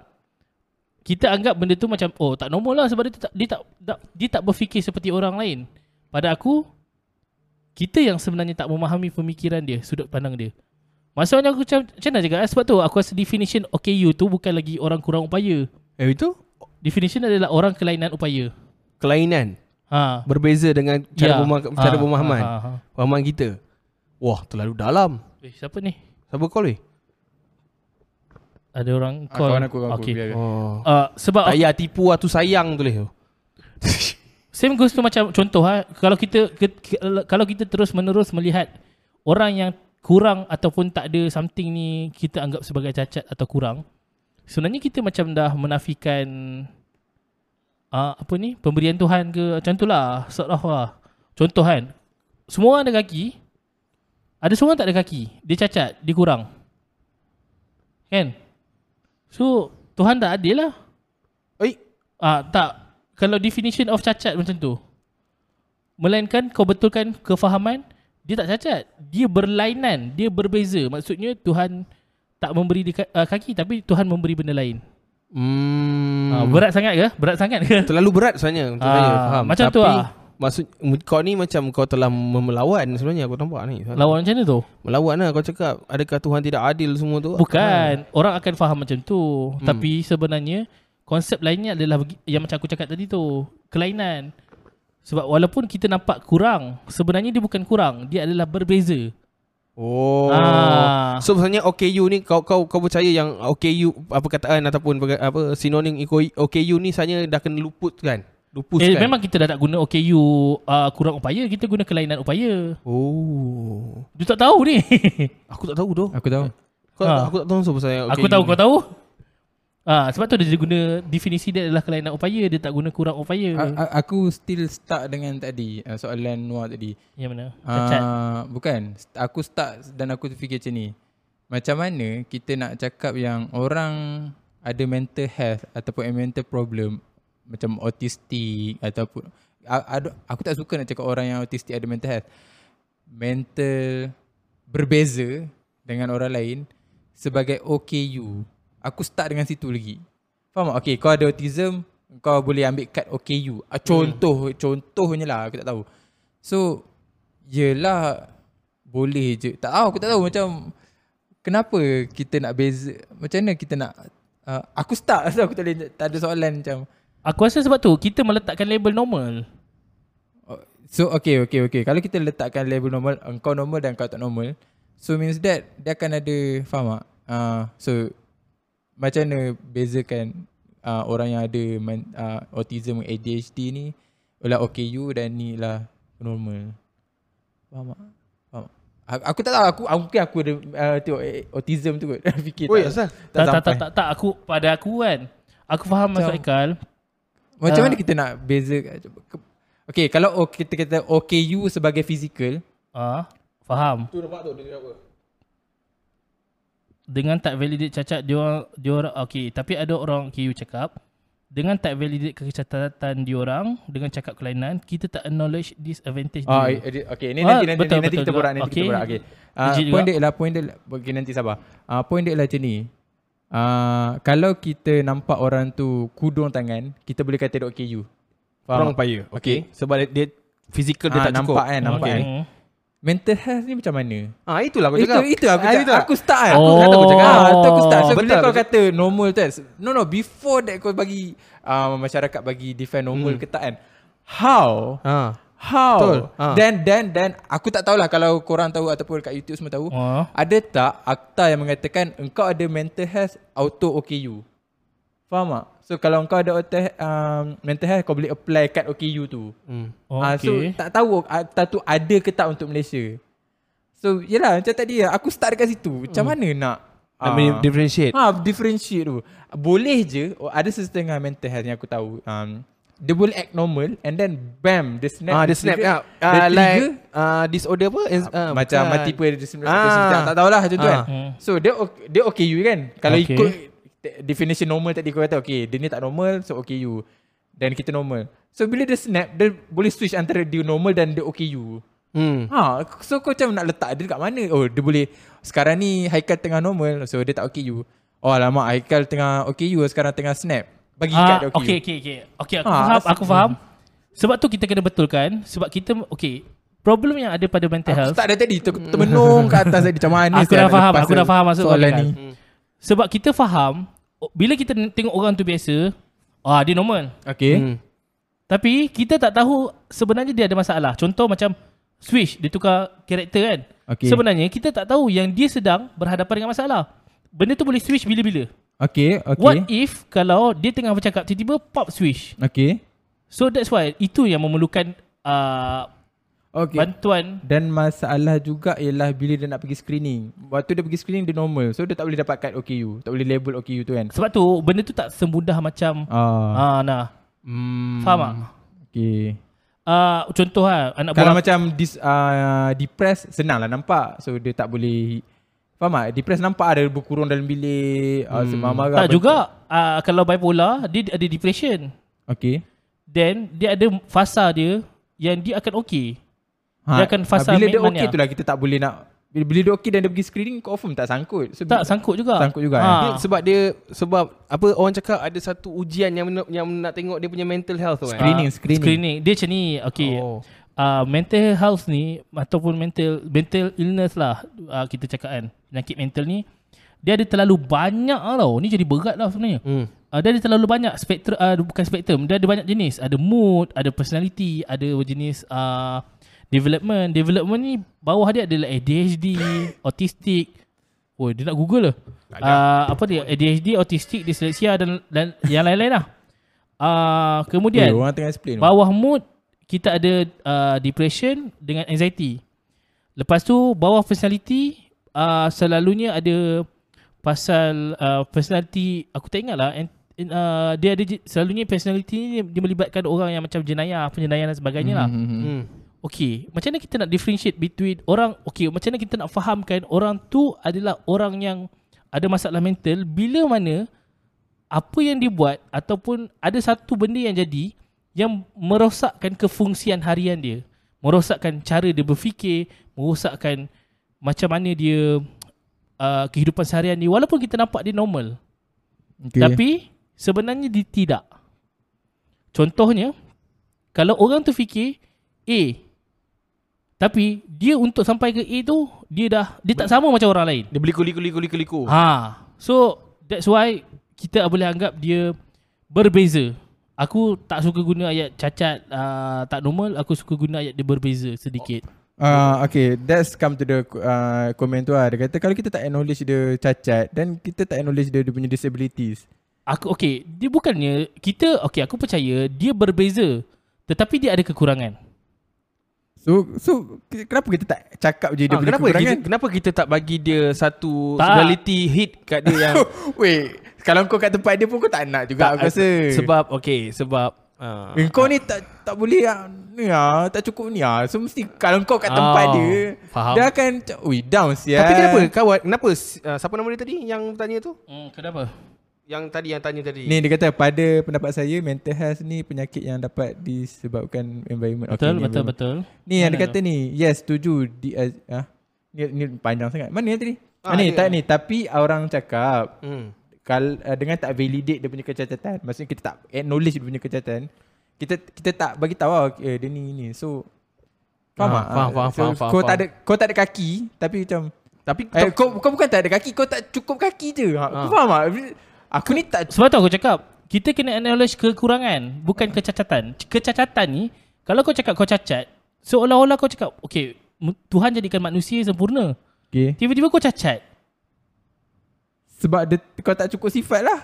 S3: kita anggap benda tu macam oh tak normal lah sebab dia tak dia tak, tak dia tak berfikir seperti orang lain. Pada aku kita yang sebenarnya tak memahami pemikiran dia, sudut pandang dia. Maksudnya aku macam macam mana cakap eh? sebab tu aku rasa definition OKU tu bukan lagi orang kurang upaya.
S1: Eh itu
S3: Definition adalah orang kelainan upaya.
S1: kelainan
S3: Ha.
S1: berbeza dengan
S3: Ya.
S1: cara, pemah- cara kan?
S3: Ha,
S1: pemahaman.
S3: ha, ha, ha.
S1: Pemahaman kita. Wah, terlalu dalam.
S3: Eh, siapa ni?
S1: Siapa call weh?
S3: Ada orang
S4: Ah,
S3: call.
S4: kawan aku, kawan aku.
S3: okay.
S4: Biar, biar.
S1: Oh.
S3: Uh, sebab
S1: Tak payah tipu lah tu sayang tu leh.
S3: Same goes to macam contoh ha, kalau kita ke- ke- kalau kita terus menerus melihat orang yang kurang ataupun tak ada something ni kita anggap sebagai cacat atau kurang. Sebenarnya kita macam dah menafikan uh, apa ni pemberian Tuhan ke macam tu lah sort of lah. Contoh kan semua orang ada kaki ada semua orang tak ada kaki dia cacat dia kurang kan so Tuhan tak adil lah
S1: Eh,
S3: Ah tak. Kalau definition of cacat macam tu. Melainkan kau betulkan kefahaman, dia tak cacat. Dia berlainan, dia berbeza. Maksudnya Tuhan tak memberi dia ka- ah, kaki tapi Tuhan memberi benda lain.
S1: hmm.
S3: Ah, berat sangat ke? Berat sangat ke?
S1: Terlalu berat sebenarnya untuk
S3: Ah,
S1: saya faham.
S3: macam
S1: Tapi,
S3: tu lah.
S1: Maksud kau ni macam kau telah melawan sebenarnya aku nampak ni.
S3: Lawan macam mana tu?
S1: Melawan lah kau cakap adakah Tuhan tidak adil semua tu?
S3: Bukan. Orang akan faham macam tu. Tapi sebenarnya konsep lainnya adalah begi- yang macam aku cakap tadi tu. Kelainan. Sebab walaupun kita nampak kurang, sebenarnya dia bukan kurang. Dia adalah berbeza.
S1: Oh.
S3: Ah.
S1: So sebenarnya OKU ni kau kau kau percaya yang OKU apa kataan ataupun perga- apa sinonim iko- OKU ni sebenarnya dah kena luputkan. Lupuskan.
S3: Eh, memang kita dah tak guna OKU uh, kurang upaya, kita guna kelainan upaya.
S1: Oh.
S3: Dia tak tahu ni.
S1: Aku tak tahu doh.
S4: Aku tahu.
S1: Kau
S3: Ah.
S1: aku tak tahu pasal yang OKU.
S3: Okay, aku tahu,
S1: ni.
S3: kau tahu. Ah, sebab tu dia guna definisi dia adalah kelainan upaya, dia tak guna kurang
S4: A-
S3: upaya.
S4: a- aku still stuck dengan tadi uh, soalan Noah tadi.
S3: Yang Ya, mana? Cacat.
S4: Uh, bukan. St- Aku stuck dan aku fikir macam ni. Macam mana kita nak cakap yang orang ada mental health ataupun mental problem macam autistik ataupun a- ada- aku tak suka nak cakap orang yang autistik ada mental health. Mental berbeza dengan orang lain sebagai OKU. Aku start dengan situ lagi. Faham tak? Okay, kau ada autism, kau boleh ambil kad OKU. Ah, Contoh, hmm. contohnya lah, aku tak tahu. So, yelah, boleh je. Tak tahu, aku tak tahu macam kenapa kita nak beza, macam mana kita nak uh, aku start so aku tak, boleh, tak ada soalan macam
S3: Aku rasa sebab tu kita meletakkan label normal.
S4: Oh, So okay okay okay Kalau kita letakkan level normal Engkau normal dan kau tak normal So means that Dia akan ada Faham tak? Uh, so Macam mana bezakan uh, Orang yang ada men, uh, Autism ADHD ni Ialah OKU dan ni lah Normal Faham tak? Faham tak? Aku, aku tak tahu aku ah, mungkin aku ada uh, tengok eh, autism tu kot fikir
S1: Oi, asal?
S3: Tak tak tak tak,
S4: sampai.
S3: tak, tak. aku pada aku kan. Aku faham masuk
S4: Macam-
S3: Aikal.
S4: Macam
S3: Ah.
S4: mana kita nak beza Okay kalau o- kita kata OKU sebagai physical
S3: Ah, faham.
S1: Tu nampak tu dia apa?
S3: dengan tak validate cacat dia orang dia orang okey tapi ada orang KU cakap dengan tak validate kecacatan dia orang dengan cakap kelainan kita tak acknowledge disadvantage
S4: Ah, eh,
S3: dia.
S4: okay. Ni
S3: Ah,
S4: nanti nanti
S3: betul,
S4: nanti
S3: betul
S4: kita
S3: juga.
S4: borak nanti
S3: Okay.
S4: kita borak. Okay. Ah,
S3: Legit
S4: point
S3: juga.
S4: dia lah point dia lah- okay, nanti sabar. Ah, point dia lah macam ni. Ah, kalau kita nampak orang tu kudung tangan, kita boleh kata dia OKU.
S1: Kurang
S4: Faham?
S1: upaya. Okey. Sebab dia, dia fizikal dia
S4: Ah,
S1: tak cukup.
S4: nampak kan, nampak
S1: Okey.
S4: kan. Mental health ni macam mana?
S1: Ah itulah aku
S4: Itu
S1: cakap.
S4: itu aku
S1: Ah,
S4: cakap.
S1: lah.
S4: Aku start kan.
S3: Oh.
S4: Aku kata aku cakap. Ah, tu aku start. So
S1: Betul,
S4: bila kau
S1: betul.
S4: kata normal tu kan. No no, before that kau bagi ah, masyarakat bagi define
S1: Hmm.
S4: normal ke tak kan. How?
S1: Ha.
S4: How?
S1: Betul. Ha.
S4: Then then then aku tak tahulah kalau korang tahu ataupun kat YouTube semua tahu.
S3: Ha.
S4: Ada tak akta yang mengatakan engkau ada mental health auto OKU? Faham tak? So kalau engkau ada auto, um, mental health kau boleh apply kad OKU tu.
S1: Hmm.
S3: Oh,
S4: Ah, so
S3: okey.
S4: tak tahu akta tu
S1: Hmm.
S4: ada ke tak untuk Malaysia. So yelah macam tadi lah, aku start dekat situ. Macam mana nak
S5: Nak
S1: Ah.
S5: uh. differentiate.
S4: Ha, differentiate tu. Boleh je, oh, ada setengah mental health yang aku tahu. Um, dia boleh act normal and then bam, dia snap.
S5: Ah, dia snap.
S4: trigger.
S5: Ah, ah,
S4: Dia
S5: like
S4: trigger,
S5: ah, disorder apa? Ins- ah,
S4: macam
S5: bukan.
S4: mati pun dia sebenarnya
S5: Ah.
S4: ah. tak tahulah macam tu kan.
S5: Ah.
S3: Hmm.
S4: So dia ok- dia okay you kan. Kalau
S3: Okay.
S4: okay. ikut te- definition normal tadi kau kata okay, dia ni tak normal so okay you. Dan kita normal. So bila dia snap dia boleh switch antara dia normal dan dia okay you.
S5: Hmm.
S4: Ha, so kau macam nak letak dia dekat mana? Oh, dia boleh sekarang ni Haikal tengah normal so dia tak okay you. Oh alamak Haikal tengah okay you sekarang tengah snap. Bagi kat dia okay.
S3: Ah, okay,
S4: you.
S3: okay, okay. Okay, aku
S4: Ah,
S3: faham,
S4: asal-
S3: aku faham. Sebab tu kita kena betulkan sebab kita okay, problem yang ada pada mental
S4: Aku
S3: health.
S4: tak ada Ah, tadi ter- termenung kat atas tadi macam mana
S3: Aku
S4: saya
S3: dah
S4: nak
S3: faham,
S4: lepas
S3: aku dah faham maksud kau,
S4: soalan
S3: Haikal.
S4: ni.
S3: Sebab kita faham o- bila kita n- tengok orang tu biasa, ah dia normal.
S4: Okay.
S5: Hmm.
S3: Tapi kita tak tahu sebenarnya dia ada masalah. Contoh macam Switch dia tukar karakter kan.
S4: Okay.
S3: Sebenarnya kita tak tahu yang dia sedang berhadapan dengan masalah. Benda tu boleh switch bila-bila.
S4: Okay, okay.
S3: Okay. What if kalau dia tengah bercakap tiba-tiba pop switch.
S4: okay.
S3: So that's why itu yang memerlukan uh,
S4: Okay.
S3: bantuan
S4: Dan masalah juga ialah bila dia nak pergi screening. Waktu dia pergi screening dia normal. So dia tak boleh dapat kad OKU. Tak boleh label OKU tu kan.
S3: Sebab tu benda tu tak semudah macam
S4: Ah.
S3: ah nah.
S4: Hmm.
S3: Faham tak?
S4: Okay.
S3: Ah contoh ah anak
S4: Kalau
S3: buah
S4: macam dis, uh, depressed senanglah nampak. So dia tak boleh Faham tak? Depressed nampak ada berkurung dalam bilik. Hmm. Uh, marah
S3: tak juga ah kalau bipolar dia ada depression.
S4: Okay.
S3: Then dia ada fasa dia yang dia akan okey. Dia
S4: ah,
S3: akan fasa
S4: Bila dia
S3: main
S4: okay
S3: mania.
S4: tu lah kita tak boleh nak. Bila, bila dia okay dan dia pergi screening confirm tak sangkut. So,
S3: Tak
S4: bila-
S3: sangkut juga.
S4: Sangkut juga,
S3: Ha.
S4: eh?
S5: Dia, sebab dia sebab apa orang cakap ada satu ujian yang men- yang nak tengok dia punya mental health tu kan.
S4: Screening. screening.
S3: Ah, Screening. Dia macam ni, okay. Oh.
S5: Oh.
S3: Uh, mental health ni ataupun mental mental illness lah uh, kita cakap kan. Penyakit mental ni dia ada terlalu banyak lah tau. Ni jadi berat lah sebenarnya. Hmm. Uh, dia ada terlalu banyak spektrum uh, bukan spektrum, dia ada banyak jenis. Ada mood, ada personality, ada jenis uh, development. Development ni bawah dia ada like ADHD, autistic. Oh, dia nak Google lah. Uh, apa dia? ADHD, autistic, dyslexia dan, dan yang lain-lain lah. Uh,
S4: Weh,
S3: kemudian
S4: orang tengah explain.
S3: Bawah mood kita ada uh, depression dengan anxiety. Lepas tu bawah personality uh, selalunya ada pasal uh, personality aku tak ingat lah and, and, uh, dia ada je- selalunya personality ni dia melibatkan orang yang macam jenayah, penjenayah dan sebagainya lah.
S4: Hmm.
S5: Hmm.
S3: Okay, macam mana kita nak differentiate between orang Okay, macam mana kita nak fahamkan orang tu adalah orang yang ada masalah mental Bila mana apa yang dibuat ataupun ada satu benda yang jadi Yang merosakkan kefungsian harian dia Merosakkan cara dia berfikir Merosakkan macam mana dia uh, kehidupan seharian dia Walaupun kita nampak dia normal
S4: Okay.
S3: tapi sebenarnya dia tidak. Contohnya, kalau orang tu fikir "Eh, A tapi dia untuk sampai ke A tu dia dah dia tak sama macam orang lain.
S5: Dia beli kuliku-liku-liku.
S3: Ha. So that's why kita boleh anggap dia berbeza. Aku tak suka guna ayat cacat uh, tak normal, aku suka guna ayat dia berbeza sedikit.
S4: Ah uh, okay, that's come to the uh, comment tu lah. Dia kata kalau kita tak acknowledge dia cacat dan kita tak acknowledge dia, dia punya disabilities.
S3: Aku okey, dia bukannya kita okey aku percaya dia berbeza tetapi dia ada kekurangan.
S4: So so ke- kenapa kita tak cakap je dia
S5: Ah,
S4: punya
S5: kenapa kita,
S4: kekurangan?
S5: kenapa kita tak bagi dia satu
S3: Tak.
S5: reality hit kat dia yang
S4: Wait, kalau kau kat tempat dia pun kau tak nak juga aku rasa.
S5: sebab okay sebab ah.
S4: Eh, kau ni tak tak boleh ah, ni ah, tak cukup ni ah. So mesti kalau kau kat tempat
S5: Oh,
S4: dia,
S5: faham.
S4: dia akan macam, ui down sial.
S5: Tapi kenapa kawan kenapa uh, siapa nama dia tadi yang tanya tu?
S3: Hmm, kenapa?
S5: Yang tadi yang tanya tadi.
S4: Ni dia kata pada pendapat saya mental health ni penyakit yang dapat disebabkan environment. Okay, ni
S3: Betul, betul,
S4: environment.
S3: betul.
S4: Ni yang dia kata ni Yes setuju di, uh, ah, ni, ni panjang sangat Mana yang tadi?
S5: Ah,
S4: Ah, ni
S5: ni.
S4: tak ni Tapi orang cakap
S5: Hmm.
S4: kal, uh, Dengan tak validate dia punya kecacatan Maksudnya kita tak acknowledge dia punya kecacatan Kita kita tak bagi tahu lah eh, Dia ni ni So Faham
S5: Ah, faham,
S4: tak? Ah,
S5: faham,
S4: so,
S5: faham,
S4: Kau
S5: faham.
S4: tak ada Kau tak ada kaki Tapi macam
S5: Tapi
S4: eh, kau, kau bukan tak ada kaki Kau tak cukup kaki je ha, Kau faham tak? Aku ni tak
S3: Sebab tu aku cakap Kita kena acknowledge kekurangan Bukan kecacatan Kecacatan ni Kalau kau cakap kau cacat Seolah-olah kau cakap Okay m- Tuhan jadikan manusia sempurna
S4: okay.
S3: Tiba-tiba kau cacat
S4: Sebab dia, kau tak cukup sifat lah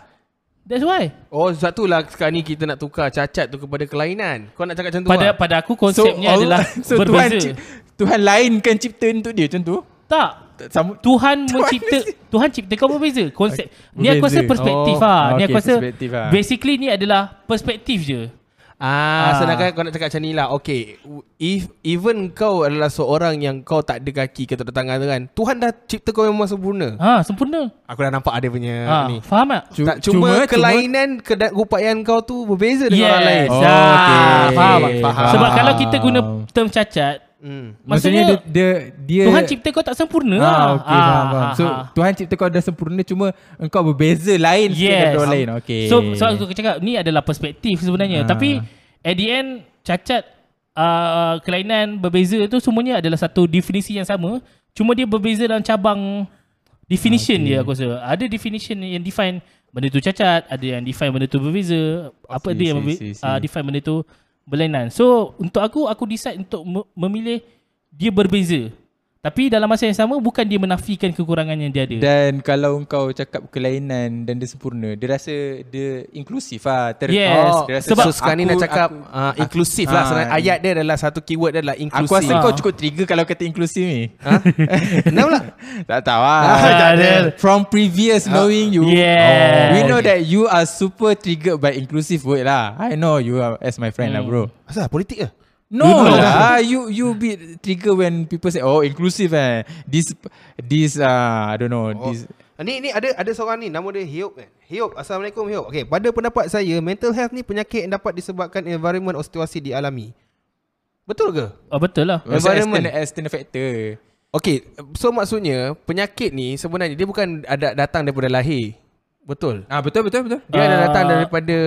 S3: That's why
S5: oh satu lah sekarang ni kita nak tukar cacat tu kepada kelainan. Kau nak cakap macam tu
S3: Pada
S5: ah?
S3: pada aku konsepnya
S4: Allah-
S3: adalah
S4: so Tuhan,
S3: Berbeza
S4: cip- Tuhan lainkan cipta untuk dia macam tu
S3: Tak.
S4: Sama
S3: Tuhan mencipta Tuhan cipta kau berbeza konsep ni aku rasa
S5: Berbeza.
S3: perspektif
S5: Oh,
S3: ah ni
S5: okay,
S3: aku rasa
S5: perspektif ah.
S3: basically ni adalah perspektif je
S1: Ah,
S3: Ah.
S1: sedangkan kau nak cakap macam ni lah. Okay, if even kau adalah seorang yang kau tak ada kaki kau tak ada tangan tu kan, Tuhan dah cipta kau memang sempurna.
S3: ha sempurna
S1: Aku dah nampak ada punya
S3: ha
S1: Ya, ni.
S3: faham tak
S4: Cu-
S1: tak cuma,
S4: cuma-
S1: kelainan kedat rupaian kau tu berbeza dengan
S3: yes.
S1: orang lain.
S3: Oh,
S4: Oh,
S3: okay.
S4: okay.
S3: faham, faham.
S4: Faham.
S3: Sebab kalau kita guna term cacat,
S1: Hmm.
S4: Maksudnya dia, dia, dia
S3: Tuhan cipta kau tak sempurna.
S4: ah,
S3: lah.
S4: okay,
S3: Ah,
S4: faham, faham.
S3: ah,
S4: So
S3: ah.
S4: Tuhan cipta kau dah sempurna Cuma engkau berbeza lain sikit
S3: yes.
S4: daripada orang lain okay.
S3: So sebab aku cakap ni adalah perspektif
S4: Ah.
S3: sebenarnya. Tapi at the end cacat uh, kelainan berbeza tu semuanya adalah satu definisi yang sama. Cuma dia berbeza dalam
S4: Ah,
S3: cabang definition okay. dia aku rasa. Ada definition yang define benda tu cacat, ada yang define benda tu berbeza. Apa
S4: see,
S3: dia
S4: see,
S3: yang berbe-
S4: see, see.
S3: uh, define benda tu berlainan. So untuk aku aku decide untuk me- memilih dia berbeza. Tapi dalam masa yang sama bukan dia menafikan kekurangan yang dia ada.
S4: Dan kalau engkau cakap kelainan Dan dia sempurna Dia rasa Dia inklusif lah ter-
S3: Yes.
S1: Oh, sebab so sekarang ni nak cakap aku, uh, inklusif lah.
S4: ah,
S1: Sebenarnya ayat dia adalah satu keyword dia adalah
S4: Aku
S1: inklusif.
S4: rasa
S3: Ah.
S4: kau cukup trigger Kalau kata inklusif ni
S1: Kenapa lah?
S4: Tak tahu lah
S3: Ah, tak ada. Ah,
S4: From previous knowing you
S3: Yes.
S4: We know that you are super triggered by inclusive word lah I know you are as my friend lah bro
S3: Hmm.
S1: Asal politik ke?
S4: No, lah. You you be trigger when people say oh inclusive eh. This this uh, I don't know oh. this.
S1: Ah, Ni ni ada ada seorang ni nama dia Hiop kan. Hiop, Assalamualaikum Hiop. Okey, pada pendapat saya mental health ni penyakit yang dapat disebabkan environment atau situasi dialami. Betul ke?
S3: Ah, betul lah.
S1: Environment.
S4: Environment external, external factor.
S1: Okey, so maksudnya penyakit ni sebenarnya dia bukan ada datang daripada lahir. Betul.
S4: Ah betul betul betul.
S1: Dia uh, ada
S3: Ah,
S1: datang daripada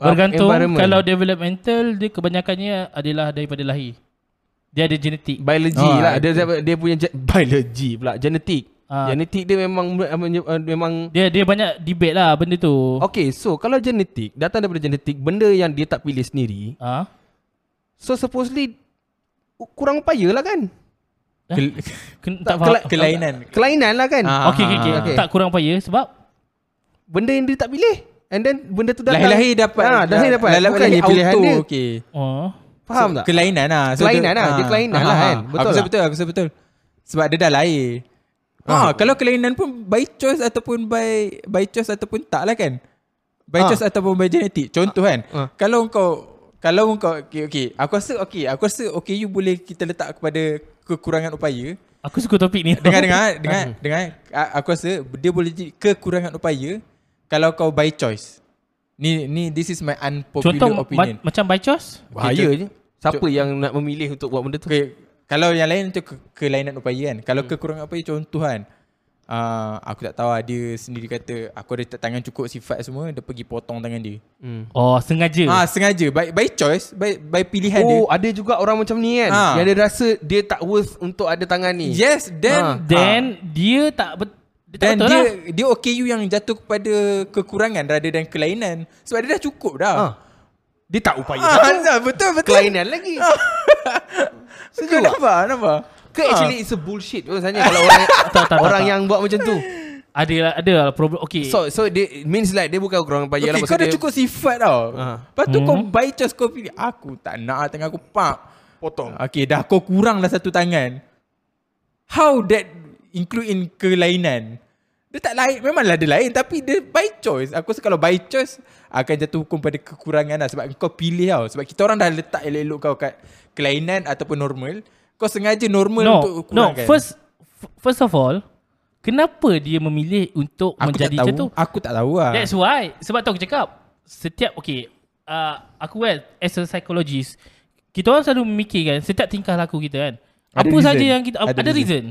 S1: ah,
S3: Bergantung
S1: environment.
S3: kalau developmental dia kebanyakannya adalah daripada lahir. Dia ada genetik.
S1: biology oh,
S4: Oh,
S1: lah
S4: I-
S1: dia dia punya ge- biology pula genetik.
S3: eh, Ah.
S1: Genetik dia memang memang
S3: Dia dia banyak debate lah benda tu.
S1: Okay, so kalau genetik datang daripada genetik benda yang dia tak pilih sendiri,
S3: Ah.
S1: so supposedly u- kurang upaya lah kan?
S4: Kel-
S3: Ken, tak
S1: Tak,
S3: faham.
S1: kela-
S4: kelainan.
S1: Kelainan lah kan?
S4: Ah.
S3: Okey okey okey.
S1: Okey.
S3: Tak kurang payah sebab
S1: Benda yang dia tak pilih. And then benda tu datang.
S4: Lahir-lahir dapat.
S1: Ha, lahir dapat.
S4: Lahir-lahir
S1: Bukan
S4: auto,
S1: pilihan dia.
S4: Okay.
S3: oh.
S1: Faham tak?
S4: Kelainan lah.
S1: Kelainan lah. Dia kelainan lah kan. Betul
S4: Betul aku
S1: tak?
S4: tak? betul, aku rasa betul. Sebab dia dah lahir. Ah, kalau kelainan pun by choice ataupun by by choice ataupun tak lah kan. By
S1: Ah.
S4: choice ataupun by genetik. Contoh kan.
S1: Ah.
S4: Kalau kau kalau kau okay, okay. Aku rasa okay. Aku rasa okay you boleh kita letak kepada kekurangan upaya.
S3: Aku suka topik ni.
S4: Dengar dengar dengar
S1: Hmm.
S4: dengar A- aku rasa dia boleh jadi kekurangan upaya kalau kau by choice. Ni ni this is my
S3: Contoh
S4: unpopular
S3: ma-
S4: opinion.
S3: macam by choice.
S1: Bahaya je.
S4: Okey,
S1: Siapa yang nak memilih untuk buat benda tu?
S4: Okay, kalau yang lain tu ke- kelainan upaya kan. Kalau kekurangan upaya contoh kan. Uh, aku tak tahu lah, dia sendiri kata aku ada tangan cukup sifat semua dia pergi potong tangan dia.
S3: Oh, sengaja.
S4: Ah sengaja by by choice by by pilihan
S1: Oh,
S4: dia.
S1: ada juga orang macam ni kan?
S4: Ha.
S1: Yang dia rasa dia tak worth untuk ada tangan ni.
S4: Yes then
S3: Then dia tak bet- dia tak
S4: Dan
S3: Ah. betul
S4: ah. dia
S3: lah.
S4: dia okay you yang jatuh kepada kekurangan rather than kelainan. Sebab dia dah cukup dah.
S1: Ha. Dia tak upaya.
S4: Ah, Hamzah, betul betul.
S1: Kelainan lagi.
S4: Sejuk. Kau nampak, nampak.
S1: Ke actually it's a bullshit tu sebenarnya kalau orang
S3: tak, tak,
S1: orang
S3: tak.
S1: yang buat macam tu.
S3: Ada lah ada lah problem. Okey. So,
S1: So so dia means like dia bukan kurang upaya lah
S4: okay, kau dah
S1: dia
S4: cukup sifat tau.
S1: Ah.
S4: Lepas tu kau by choice kau pilih. Aku tak nak lah tangan aku pak.
S1: potong.
S4: Okay, dah kau kurang lah satu tangan. How that include in kelainan? Dia tak lain, memanglah dia lain tapi dia by choice. Aku rasa kalau by choice akan jatuh hukum pada kekurangan lah sebab kau pilih tau. Sebab kita orang dah letak elok-elok kau kat kelainan ataupun normal. Kau sengaja normal
S3: no,
S4: untuk
S3: no.
S4: kurangkan.
S3: First f- first of all, kenapa dia memilih untuk
S4: aku
S3: menjadi
S4: tak tahu.
S3: macam tu?
S4: Aku tak tahu lah.
S3: That's why Sebab tu aku cakap Setiap okay uh, Aku kan As a psychologist Kita orang selalu memikirkan Setiap tingkah laku kita kan
S4: Ada
S3: ada Apa
S4: reason.
S3: saja yang kita Ada,
S4: Ada
S3: ada reason,
S4: reason.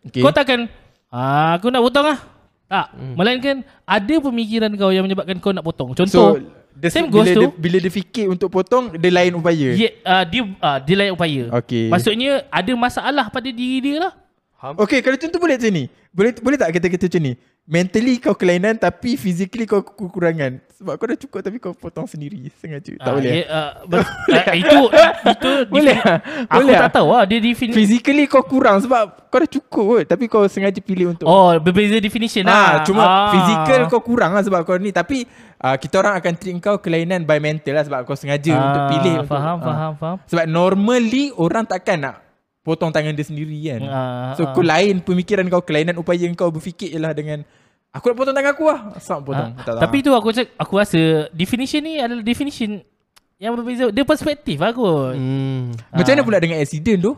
S3: okay.
S4: Okay.
S3: Kau takkan ah, Aku nak potong lah Tak hmm. Melainkan Ada pemikiran kau Yang menyebabkan kau nak potong Contoh
S4: So,
S3: so,
S4: dia,
S3: Same
S4: bila,
S3: goes
S4: dia,
S3: to
S4: bila dia fikir untuk potong, dia lain upaya.
S3: yeah, uh, Dia uh, Dia layak upaya
S4: Okay.
S3: Maksudnya Ada masalah pada diri dia lah
S4: Okay, kalau contoh boleh macam ni. Boleh boleh tak kita kata macam ni? Mentally kau kelainan tapi physically kau kekurangan. Sebab kau dah cukup tapi kau potong sendiri sengaja. Tak
S3: Ah,
S4: boleh.
S3: yeah, uh, ber- uh, Itu Itu
S4: Boleh
S3: defini-
S4: ah?
S3: Aku
S4: Boleh
S3: tak
S4: ah?
S3: tahu lah Dia defini-
S4: Physically kau kurang sebab kau dah cukup kot tapi kau sengaja pilih untuk
S3: Oh berbeza definition
S4: Nah,
S3: lah
S4: cuma
S3: Ah.
S4: physical kau kurang lah sebab kau ni tapi uh, kita orang akan treat kau kelainan by mental lah sebab kau sengaja
S3: Ah,
S4: untuk pilih
S3: Faham
S4: untuk,
S3: faham faham
S4: Sebab normally orang takkan nak potong tangan dia sendiri kan.
S3: Ah,
S4: so
S3: ah.
S4: kau lain pemikiran kau, kelainan upaya kau berfikir ialah dengan aku nak potong tangan aku lah. Asal potong.
S3: Ah,
S4: Tak tahu.
S3: Tapi tu aku cak, aku rasa definition ni adalah definition yang berbeza. Dia perspektif lah kot. Hmm.
S1: Hmm.
S4: macam mana pula dengan accident tu?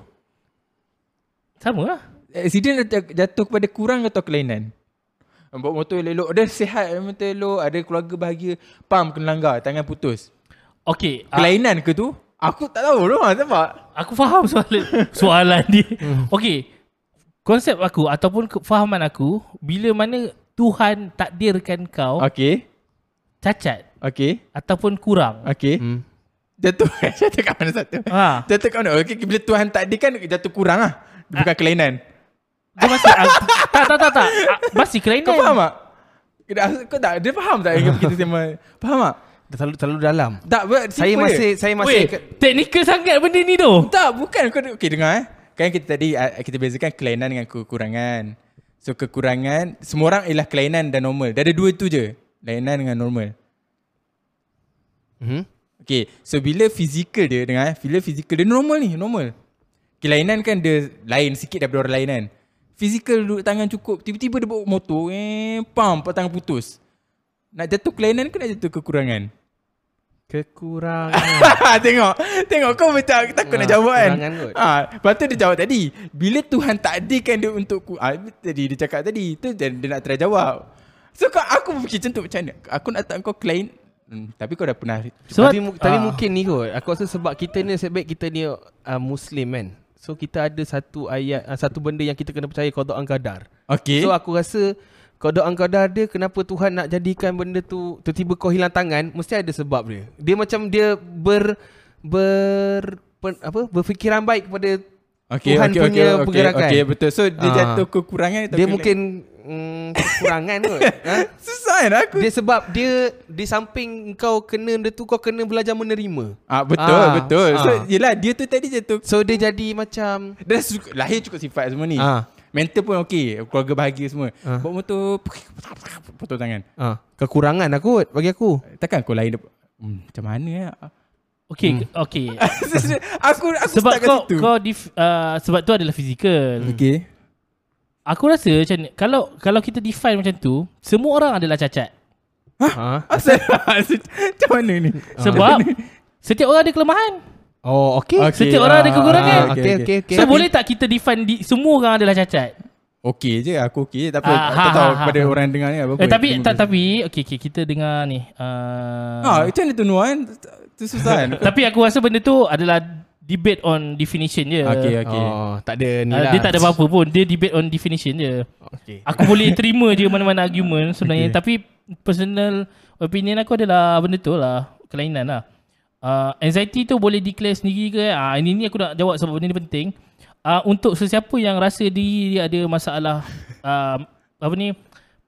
S3: Sama lah.
S4: Accident jat- jatuh kepada kurang atau kelainan? Bawa motor elok, dia sihat motor elok, ada keluarga bahagia, pam kena langgar, tangan putus.
S3: Okay. ah,
S4: Kelainan ke tu? Aku tak tahu tu lah, nampak?
S3: aku faham soalan, soalan dia.
S4: Hmm.
S3: Okay. Konsep aku ataupun kefahaman aku, bila mana Tuhan takdirkan kau
S4: Okay,
S3: cacat
S4: okay,
S3: ataupun kurang.
S4: okay.
S1: Hmm.
S4: Jatuh, jatuh kat mana satu?
S3: Ha.
S4: Jatuh kat mana? Okay, bila Tuhan takdirkan, jatuh kurang lah. Bukan kelainan.
S3: Dia masih ah, tak tak tak tak. Ah, masih kelainan.
S4: Kau faham tak? Kau dah- Kau tak, dia faham tak yang kita sembang? Faham tak?
S1: Dah terlalu, terlalu dalam.
S4: Tak, ber-
S1: Saya
S4: simple
S1: masih saya masih
S3: Weh, teknikal sangat benda ni tu.
S4: Tak, bukan. Kau, okay, dengar eh. Kan kita tadi, ah, kita bezakan kelainan dengan kekurangan. So, kekurangan, semua orang ialah kelainan dan normal. Dia ada dua tu je. Kelainan dengan normal.
S1: Mhm.
S4: Okay, so bila fizikal dia, dengar eh. Bila fizikal dia normal ni, normal. Kelainan kan dia lain sikit daripada orang lain kan. Fizikal duduk tangan cukup, tiba-tiba dia bawa motor, eh, pam, tangan putus. Nak jatuh kelainan ke nak jatuh kekurangan?
S1: kekurangan.
S4: tengok Tengok kau macam takut nak jawab kan
S1: kurangan kot.
S4: ha, Lepas tu dia jawab tadi Bila Tuhan takdirkan dia untuk ku, ha, Tadi dia cakap tadi Tu dia, dia nak try jawab So kau, aku fikir macam tu macam mana Aku nak tak kau klien hmm, Tapi kau dah pernah
S3: Sebab
S1: tapi, mu- tapi
S3: ah.
S1: mungkin ni kot. Aku rasa sebab kita ni sebab kita ni uh, muslim kan. So kita ada satu ayat uh, satu benda yang kita kena percaya qada angkadar.
S3: Eh?
S4: Okay
S1: So
S4: so,
S1: aku rasa qada angkadar dia kenapa Tuhan nak jadikan benda tu tiba-tiba kau hilang tangan mesti ada sebab dia. Dia macam dia ber ber pen, apa berfikiran baik kepada
S4: okay,
S1: Tuhan
S4: okay,
S1: punya
S4: okay, okay,
S1: pergerakan.
S4: Okay betul So dia
S1: Ah.
S4: jatuh kekurangan atau
S1: dia
S4: kelainan?
S1: mungkin mm, kekurangan kot. Ha?
S4: Susah kan aku
S1: Dia sebab dia di samping kau kena benda tu kau kena belajar menerima.
S4: ah, Betul
S1: Ah,
S4: betul So
S1: ah.
S4: yelah dia tu tadi jatuh
S1: So dia jadi macam
S4: Dia suka, lahir cukup sifat semua ni
S1: Ah.
S4: Mental pun okey Keluarga bahagia semua
S1: Ah.
S4: Bawa motor Potong tangan
S1: ah, kekurangan aku kot, bagi aku.
S4: Takkan kau lain dep- hmm, Macam mana ya
S3: Okey, hmm. okey.
S4: Aku aku
S3: Sebab
S4: stuck kat
S3: kau
S4: situ Hmm.
S3: kau dif, uh, sebab tu adalah fizikal.
S4: Okay
S3: Aku rasa macam ni, kalau kalau kita define macam tu, semua orang adalah cacat.
S1: Ha?
S4: Asal Macam mana ni
S3: Sebab setiap orang ada kelemahan.
S1: Oh, okey.
S4: Okay,
S3: setiap orang ada
S4: ah,
S3: kekurangan.
S4: ah,
S1: Okey, okey,
S3: Okay.
S1: okey.
S3: So boleh tak kita define di, semua orang adalah cacat? Eh,
S4: Okey je aku okey je Tak apa
S3: Ah,
S4: Tak
S3: ha,
S4: tahu
S3: ha, ha.
S4: kepada orang dengar ni apa
S3: Eh, tapi tak, tapi okey okay, kita dengar ni. Uh,
S4: Ha macam mana tu Nuan Tu susah kan
S3: Tapi aku rasa benda tu adalah debate on definition je.
S4: Okey okey
S1: Oh, tak ada ni
S3: Uh,
S1: lah.
S3: dia tak ada apa-apa pun Dia debate on definition je
S1: Okey.
S3: Aku boleh terima je Mana-mana argument sebenarnya okay. Tapi Personal Opinion aku adalah Benda tu lah Kelainan lah uh, Anxiety tu boleh declare sendiri ke uh, Ini ni aku nak jawab Sebab benda ni penting uh, Untuk sesiapa yang rasa diri Dia ada masalah uh, Apa ni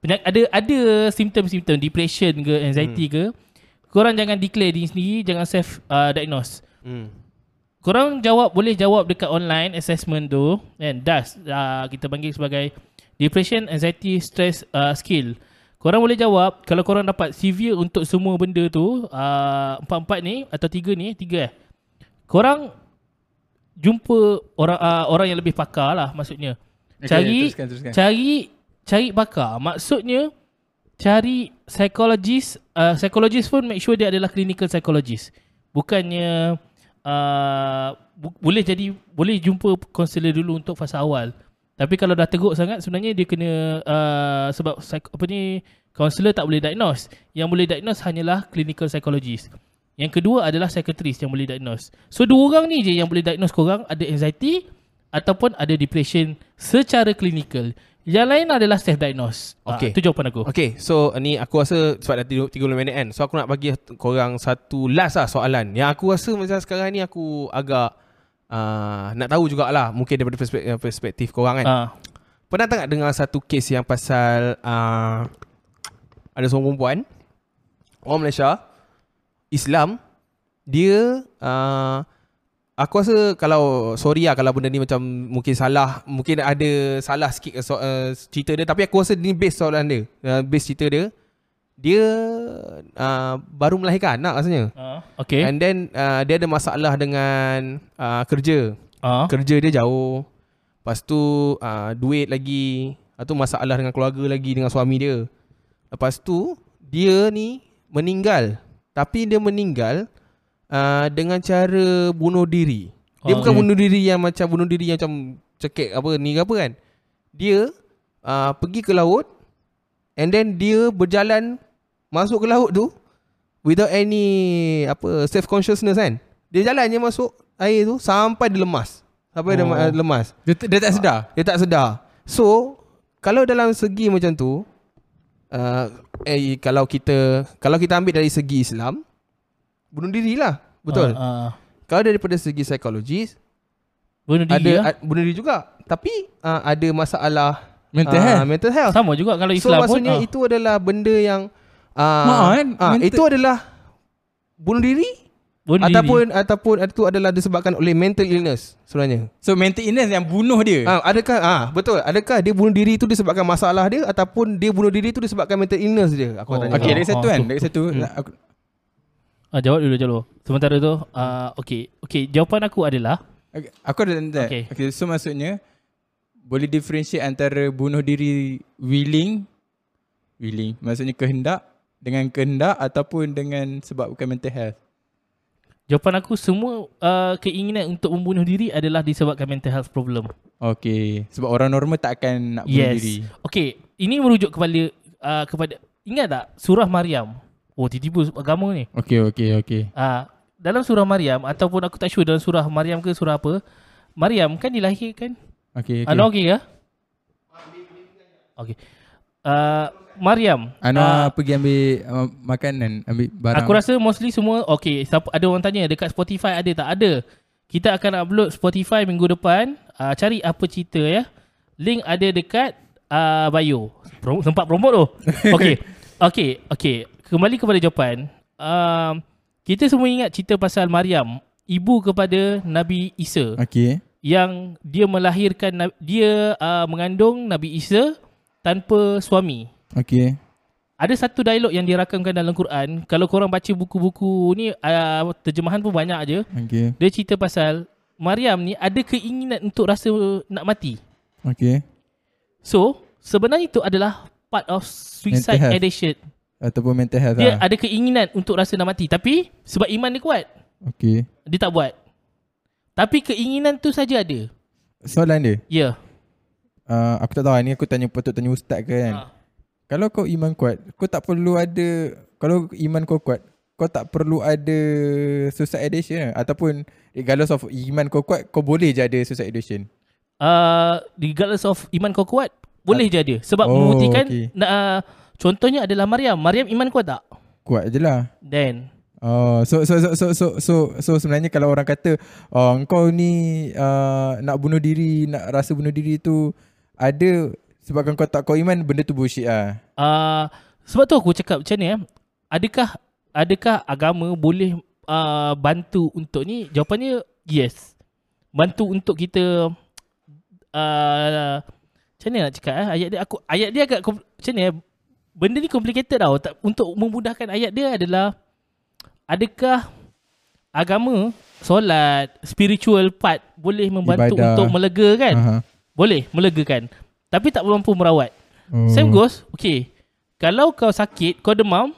S3: penyak, Ada ada simptom-simptom Depression ke Anxiety hmm. ke Korang jangan declare diri sendiri Jangan self uh, diagnose
S1: Hmm.
S3: Korang jawab boleh jawab dekat online assessment tu kan DAS uh, kita panggil sebagai depression anxiety stress uh, skill. Korang boleh jawab kalau korang dapat severe untuk semua benda tu uh, empat-empat ni atau tiga ni tiga eh. Korang jumpa orang uh, orang yang lebih pakar lah maksudnya.
S4: Okay,
S3: Cari
S4: teruskan, teruskan.
S3: cari cari pakar. Maksudnya cari psychologist uh, psychologist pun make sure dia adalah clinical psychologist bukannya uh, bu- boleh jadi boleh jumpa counselor dulu untuk fasa awal tapi kalau dah teruk sangat sebenarnya dia kena uh, sebab psych- apa ni counselor tak boleh diagnose yang boleh diagnose hanyalah clinical psychologist yang kedua adalah psychiatrist yang boleh diagnose so dua orang ni je yang boleh diagnose korang ada anxiety ataupun ada depression secara clinical yang lain adalah self diagnose Ah,
S1: Okey.
S3: itu jawapan aku
S1: Okay, so ni aku rasa sebab dah tiga- 30 minit kan. So aku nak bagi korang satu last lah soalan. Yang aku rasa macam sekarang ni aku agak uh, nak tahu jugalah mungkin daripada perspektif, perspektif korang kan.
S3: Ah.
S1: Pernah tak nak dengar satu kes yang pasal uh, ada seorang perempuan orang Malaysia Islam dia uh, aku rasa kalau sorry lah kalau benda ni macam mungkin salah mungkin ada salah sikit so, uh, cerita dia tapi aku rasa ni base soalan dia uh, base cerita dia dia uh, baru melahirkan anak rasanya
S3: Ah, okay.
S1: And then uh, dia ada masalah dengan uh, kerja.
S3: Ah.
S1: Kerja dia jauh Lepas tu uh, Duit lagi Lepas tu masalah dengan keluarga lagi Dengan suami dia Lepas tu Dia ni Meninggal Tapi dia meninggal uh, Dengan cara Bunuh diri Dia
S3: Ah,
S1: bukan
S3: okay.
S1: bunuh diri yang macam Bunuh diri yang macam Cekik apa ni ke apa kan Dia uh, Pergi ke laut And then dia berjalan Masuk ke laut tu Without any Apa Self consciousness kan Dia jalan je masuk Air tu Sampai dia lemas Sampai oh. dia ma- lemas
S4: Dia, t- dia tak sedar.
S1: dia tak sedar. So, kalau dalam segi macam tu, uh, eh, kalau kita kalau kita ambil dari segi Islam, bunuh dirilah. Betul. Uh, uh.
S3: Ah, ah.
S1: Kalau daripada segi psikologis,
S3: Bunuh
S1: ada
S3: diri lah.
S1: a,
S4: ya?
S1: bunuh diri juga. Tapi uh, ada masalah
S4: Mental
S1: ah,
S4: health.
S1: mental health.
S3: Sama juga kalau
S1: So
S3: Islam pun.
S1: maksudnya
S3: ah. eh.
S1: itu adalah benda yang uh,
S4: Mak, kan?
S1: uh,
S4: Mental-
S1: itu adalah bunuh diri
S3: bunuh diri.
S1: ataupun ataupun itu adalah disebabkan oleh mental illness sebenarnya.
S4: So mental illness yang bunuh dia.
S1: Ah, adakah ah betul adakah dia bunuh diri itu disebabkan masalah dia ataupun dia bunuh diri itu disebabkan mental illness dia aku
S3: Oh.
S1: oh. tanya
S4: Okay,
S3: Ah,
S4: dari satu
S3: ah,
S4: kan?
S3: tu,
S4: Dari satu. nak Aku,
S3: Ah, jawab dulu jawab dulu. Sementara tu, ah, okey. Okey, jawapan aku adalah
S4: Okay, Aku ada tanda.
S3: Okay.
S4: Okay. okay. So maksudnya boleh differentiate antara bunuh diri willing willing maksudnya kehendak dengan kehendak ataupun dengan sebab bukan mental health.
S3: jawapan aku semua ah, keinginan untuk membunuh diri adalah disebabkan mental health problem.
S4: Okay. Sebab orang normal tak akan nak bunuh
S3: Yes.
S4: diri.
S3: Okey, ini merujuk kepada ah, kepada ingat tak surah Maryam? Oh, tiba-tiba agama ni.
S4: Okay, okay, okay.
S3: Ah, dalam surah Maryam ataupun aku tak sure dalam surah Maryam ke surah apa. Maryam kan dilahirkan.
S4: Okay,
S3: Okay.
S4: okay.
S3: Ana okey ke? Okey. Ah, Maryam. Ah,
S4: Ana pergi ambil uh, makanan, ambil barang.
S3: Aku rasa mostly semua okay. siapa- Ada orang tanya dekat Spotify ada tak? Ada. Kita akan upload Spotify minggu depan. Uh, cari apa cerita ya. Link ada dekat uh, bio. Pro, sempat promote tu. Okay. okay. Okay. Kembali kepada jawapan. Um, kita semua ingat cerita pasal Maryam. Ibu kepada Nabi Isa
S4: Okay.
S3: yang dia melahirkan Nab- dia uh, mengandung Nabi Isa tanpa suami.
S4: Okay.
S3: Ada satu dialog yang dirakamkan dalam Quran. Kalau korang baca buku-buku ni uh, terjemahan pun banyak aje.
S4: Okay.
S3: Dia cerita pasal Maryam ni ada keinginan untuk rasa nak mati.
S4: Okay.
S3: So, sebenarnya itu adalah part of suicide
S4: Mental health.
S3: addiction.
S4: Ataupun mental health
S3: Dia
S4: lah.
S3: ada keinginan untuk rasa nak mati tapi sebab iman dia kuat,
S4: Okay.
S3: dia tak buat. Tapi keinginan tu saja ada.
S4: Soalan dia.
S3: Ya. Yeah.
S4: uh, aku tak tahu ni aku tanya patut tanya ustaz ke kan.
S3: Ha.
S4: Ha. Kalau kau iman kuat, kau tak perlu ada kalau iman kau kuat, kau tak perlu ada suicide addiction ataupun regardless of iman kau kuat, kau boleh je ada suicide addiction.
S3: uh, regardless of iman kau kuat, boleh je ada. Sebab oh,
S4: Oh,
S3: membuktikan
S4: okey.
S3: okay. uh, contohnya adalah Maryam. Maryam iman kuat tak?
S4: Kuat je lah.
S3: Then
S4: Oh, so so so so so so, so sebenarnya kalau orang kata oh, kau ni uh, nak bunuh diri, nak rasa bunuh diri tu ada sebabkan kau tak kau iman benda tu bullshit ah.
S3: uh, sebab tu aku cakap macam ni eh. Adakah adakah agama boleh uh, bantu untuk ni? Jawapannya yes. Bantu untuk kita uh, macam ni nak cakap eh? ayat dia aku ayat dia agak kom- macam ni eh? benda ni complicated tau. Tak, untuk memudahkan ayat dia adalah adakah agama solat spiritual part boleh
S4: Ibadah.
S3: membantu
S4: Hmm.
S3: Ibadah. untuk melega kan?
S4: Aha.
S3: Boleh melegakan. Tapi tak mampu merawat.
S4: Oh.
S3: Same goes Okay Kalau kau sakit Kau demam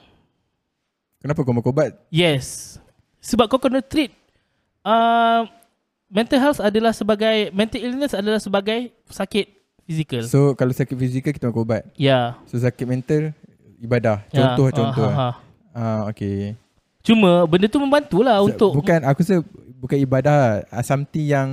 S4: Kenapa kau makan ubat?
S3: Yes Sebab kau kena treat uh, Mental health adalah sebagai Mental illness adalah sebagai Sakit Physical so,
S4: So kalau sakit fizikal kita makan ubat.
S3: Ya
S4: So sakit mental ibadah.
S3: Ya.
S4: Contoh
S3: Ah,
S4: contoh.
S3: ha,
S4: Ah,
S3: ha.
S4: okay.
S3: Cuma benda tu membantulah
S4: So,
S3: untuk
S4: bukan aku rasa bukan ibadah, ah, something yang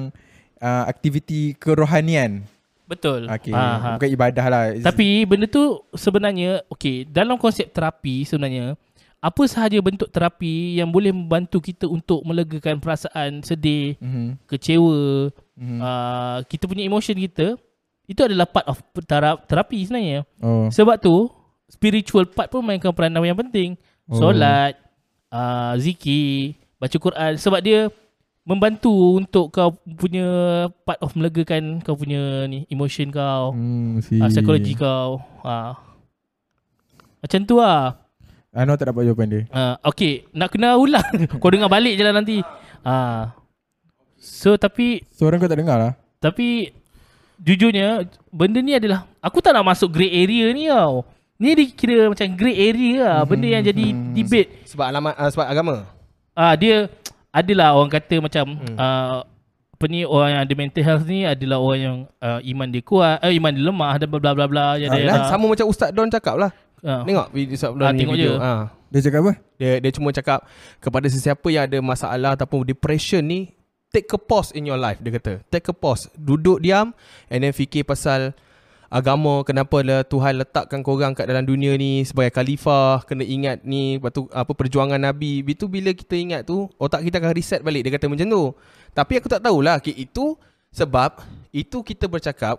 S4: uh, aktiviti kerohanian.
S3: Betul
S4: Okay.
S3: Ah, ha.
S4: Bukan ibadah lah. It's-
S3: Tapi benda tu sebenarnya okay dalam konsep terapi sebenarnya apa sahaja bentuk terapi yang boleh membantu kita untuk melegakan perasaan sedih,
S4: Mhm.
S3: kecewa,
S4: Mhm.
S3: uh, kita punya emotion kita itu adalah part of tera- terapi sebenarnya.
S4: Oh.
S3: Sebab tu spiritual part pun mainkan peranan yang penting.
S4: Oh.
S3: Solat, uh, zikir, baca Quran sebab dia membantu untuk kau punya part of melegakan kau punya ni emotion kau
S4: Hmm, si.
S3: uh, psikologi kau. Uh. Macam tu lah. Ah,
S4: Ano tak dapat jawapan dia.
S3: Uh, okay, nak kena ulang. kau dengar balik je lah nanti. Uh. So tapi
S4: Suara kau tak dengar lah
S3: Tapi Jujurnya Benda ni adalah Aku tak nak masuk grey area ni tau Ni dikira macam grey area lah Benda yang jadi
S1: Hmm.
S3: debate
S1: Sebab alamat uh, sebab agama.
S3: Ah Dia Adalah orang kata macam
S1: Hmm.
S3: ah, Apa ni Orang yang ada mental health ni Adalah orang yang ah, Iman dia kuat eh, Iman dia lemah Dan bla bla bla bla Ada lah.
S1: Alah, sama macam Ustaz Don cakap lah. Tengok video Ustaz Don
S3: Ah,
S1: ni
S3: tengok
S1: video.
S3: je.
S1: Ah.
S4: Dia cakap apa?
S1: Dia dia cuma cakap kepada sesiapa yang ada masalah ataupun depression ni take a pause in your life dia kata. Take a pause. Duduk diam and then fikir pasal agama kenapa lah Tuhan letakkan korang kat dalam dunia ni sebagai khalifah kena ingat ni lepas tu apa perjuangan nabi itu bila kita ingat tu otak kita akan reset balik dia kata macam tu tapi aku tak tahulah okay, itu sebab itu kita bercakap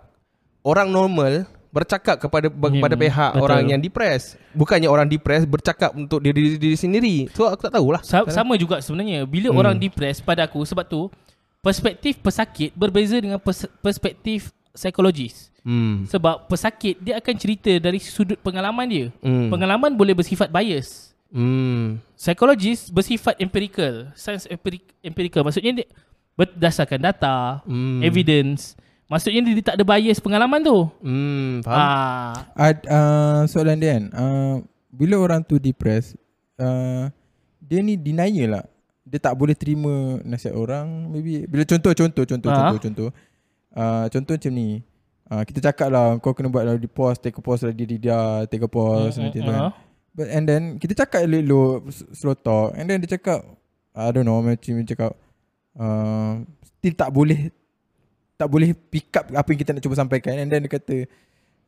S1: orang normal bercakap kepada kepada
S3: Hmm,
S1: pihak
S3: betul.
S1: orang yang depres bukannya orang depres bercakap untuk diri diri sendiri so aku tak tahulah
S3: Sa- sama juga sebenarnya bila hmm. orang depressed pada aku sebab tu perspektif pesakit berbeza dengan pers- perspektif psikologis.
S1: hmm
S3: Sebab pesakit dia akan cerita dari sudut pengalaman dia.
S1: Hmm.
S3: Pengalaman boleh bersifat bias.
S1: hmm
S3: Psikologis bersifat empirical, science empiri- empirical. Maksudnya dia berdasarkan data,
S1: Hmm.
S3: evidence. Maksudnya dia tak ada bias pengalaman tu.
S1: hmm faham
S3: Ah,
S4: Ad, uh, soalan dia kan uh, Bila orang tu depressed uh, Dia ni denial lah Dia tak boleh terima nasihat orang Maybe Bila contoh Contoh Contoh
S3: Ah.
S4: Contoh Contoh uh, Contoh macam ni uh, Kita cakap lah Kau kena buat lah Di pause Take a pause lah diri dia Take a pause Nanti tu kan
S3: ah.
S4: But and then Kita cakap elok-elok s- Slow talk And then dia cakap I don't know Macam dia cakap uh, Still tak boleh Tak boleh pick up Apa yang kita nak cuba sampaikan And then dia kata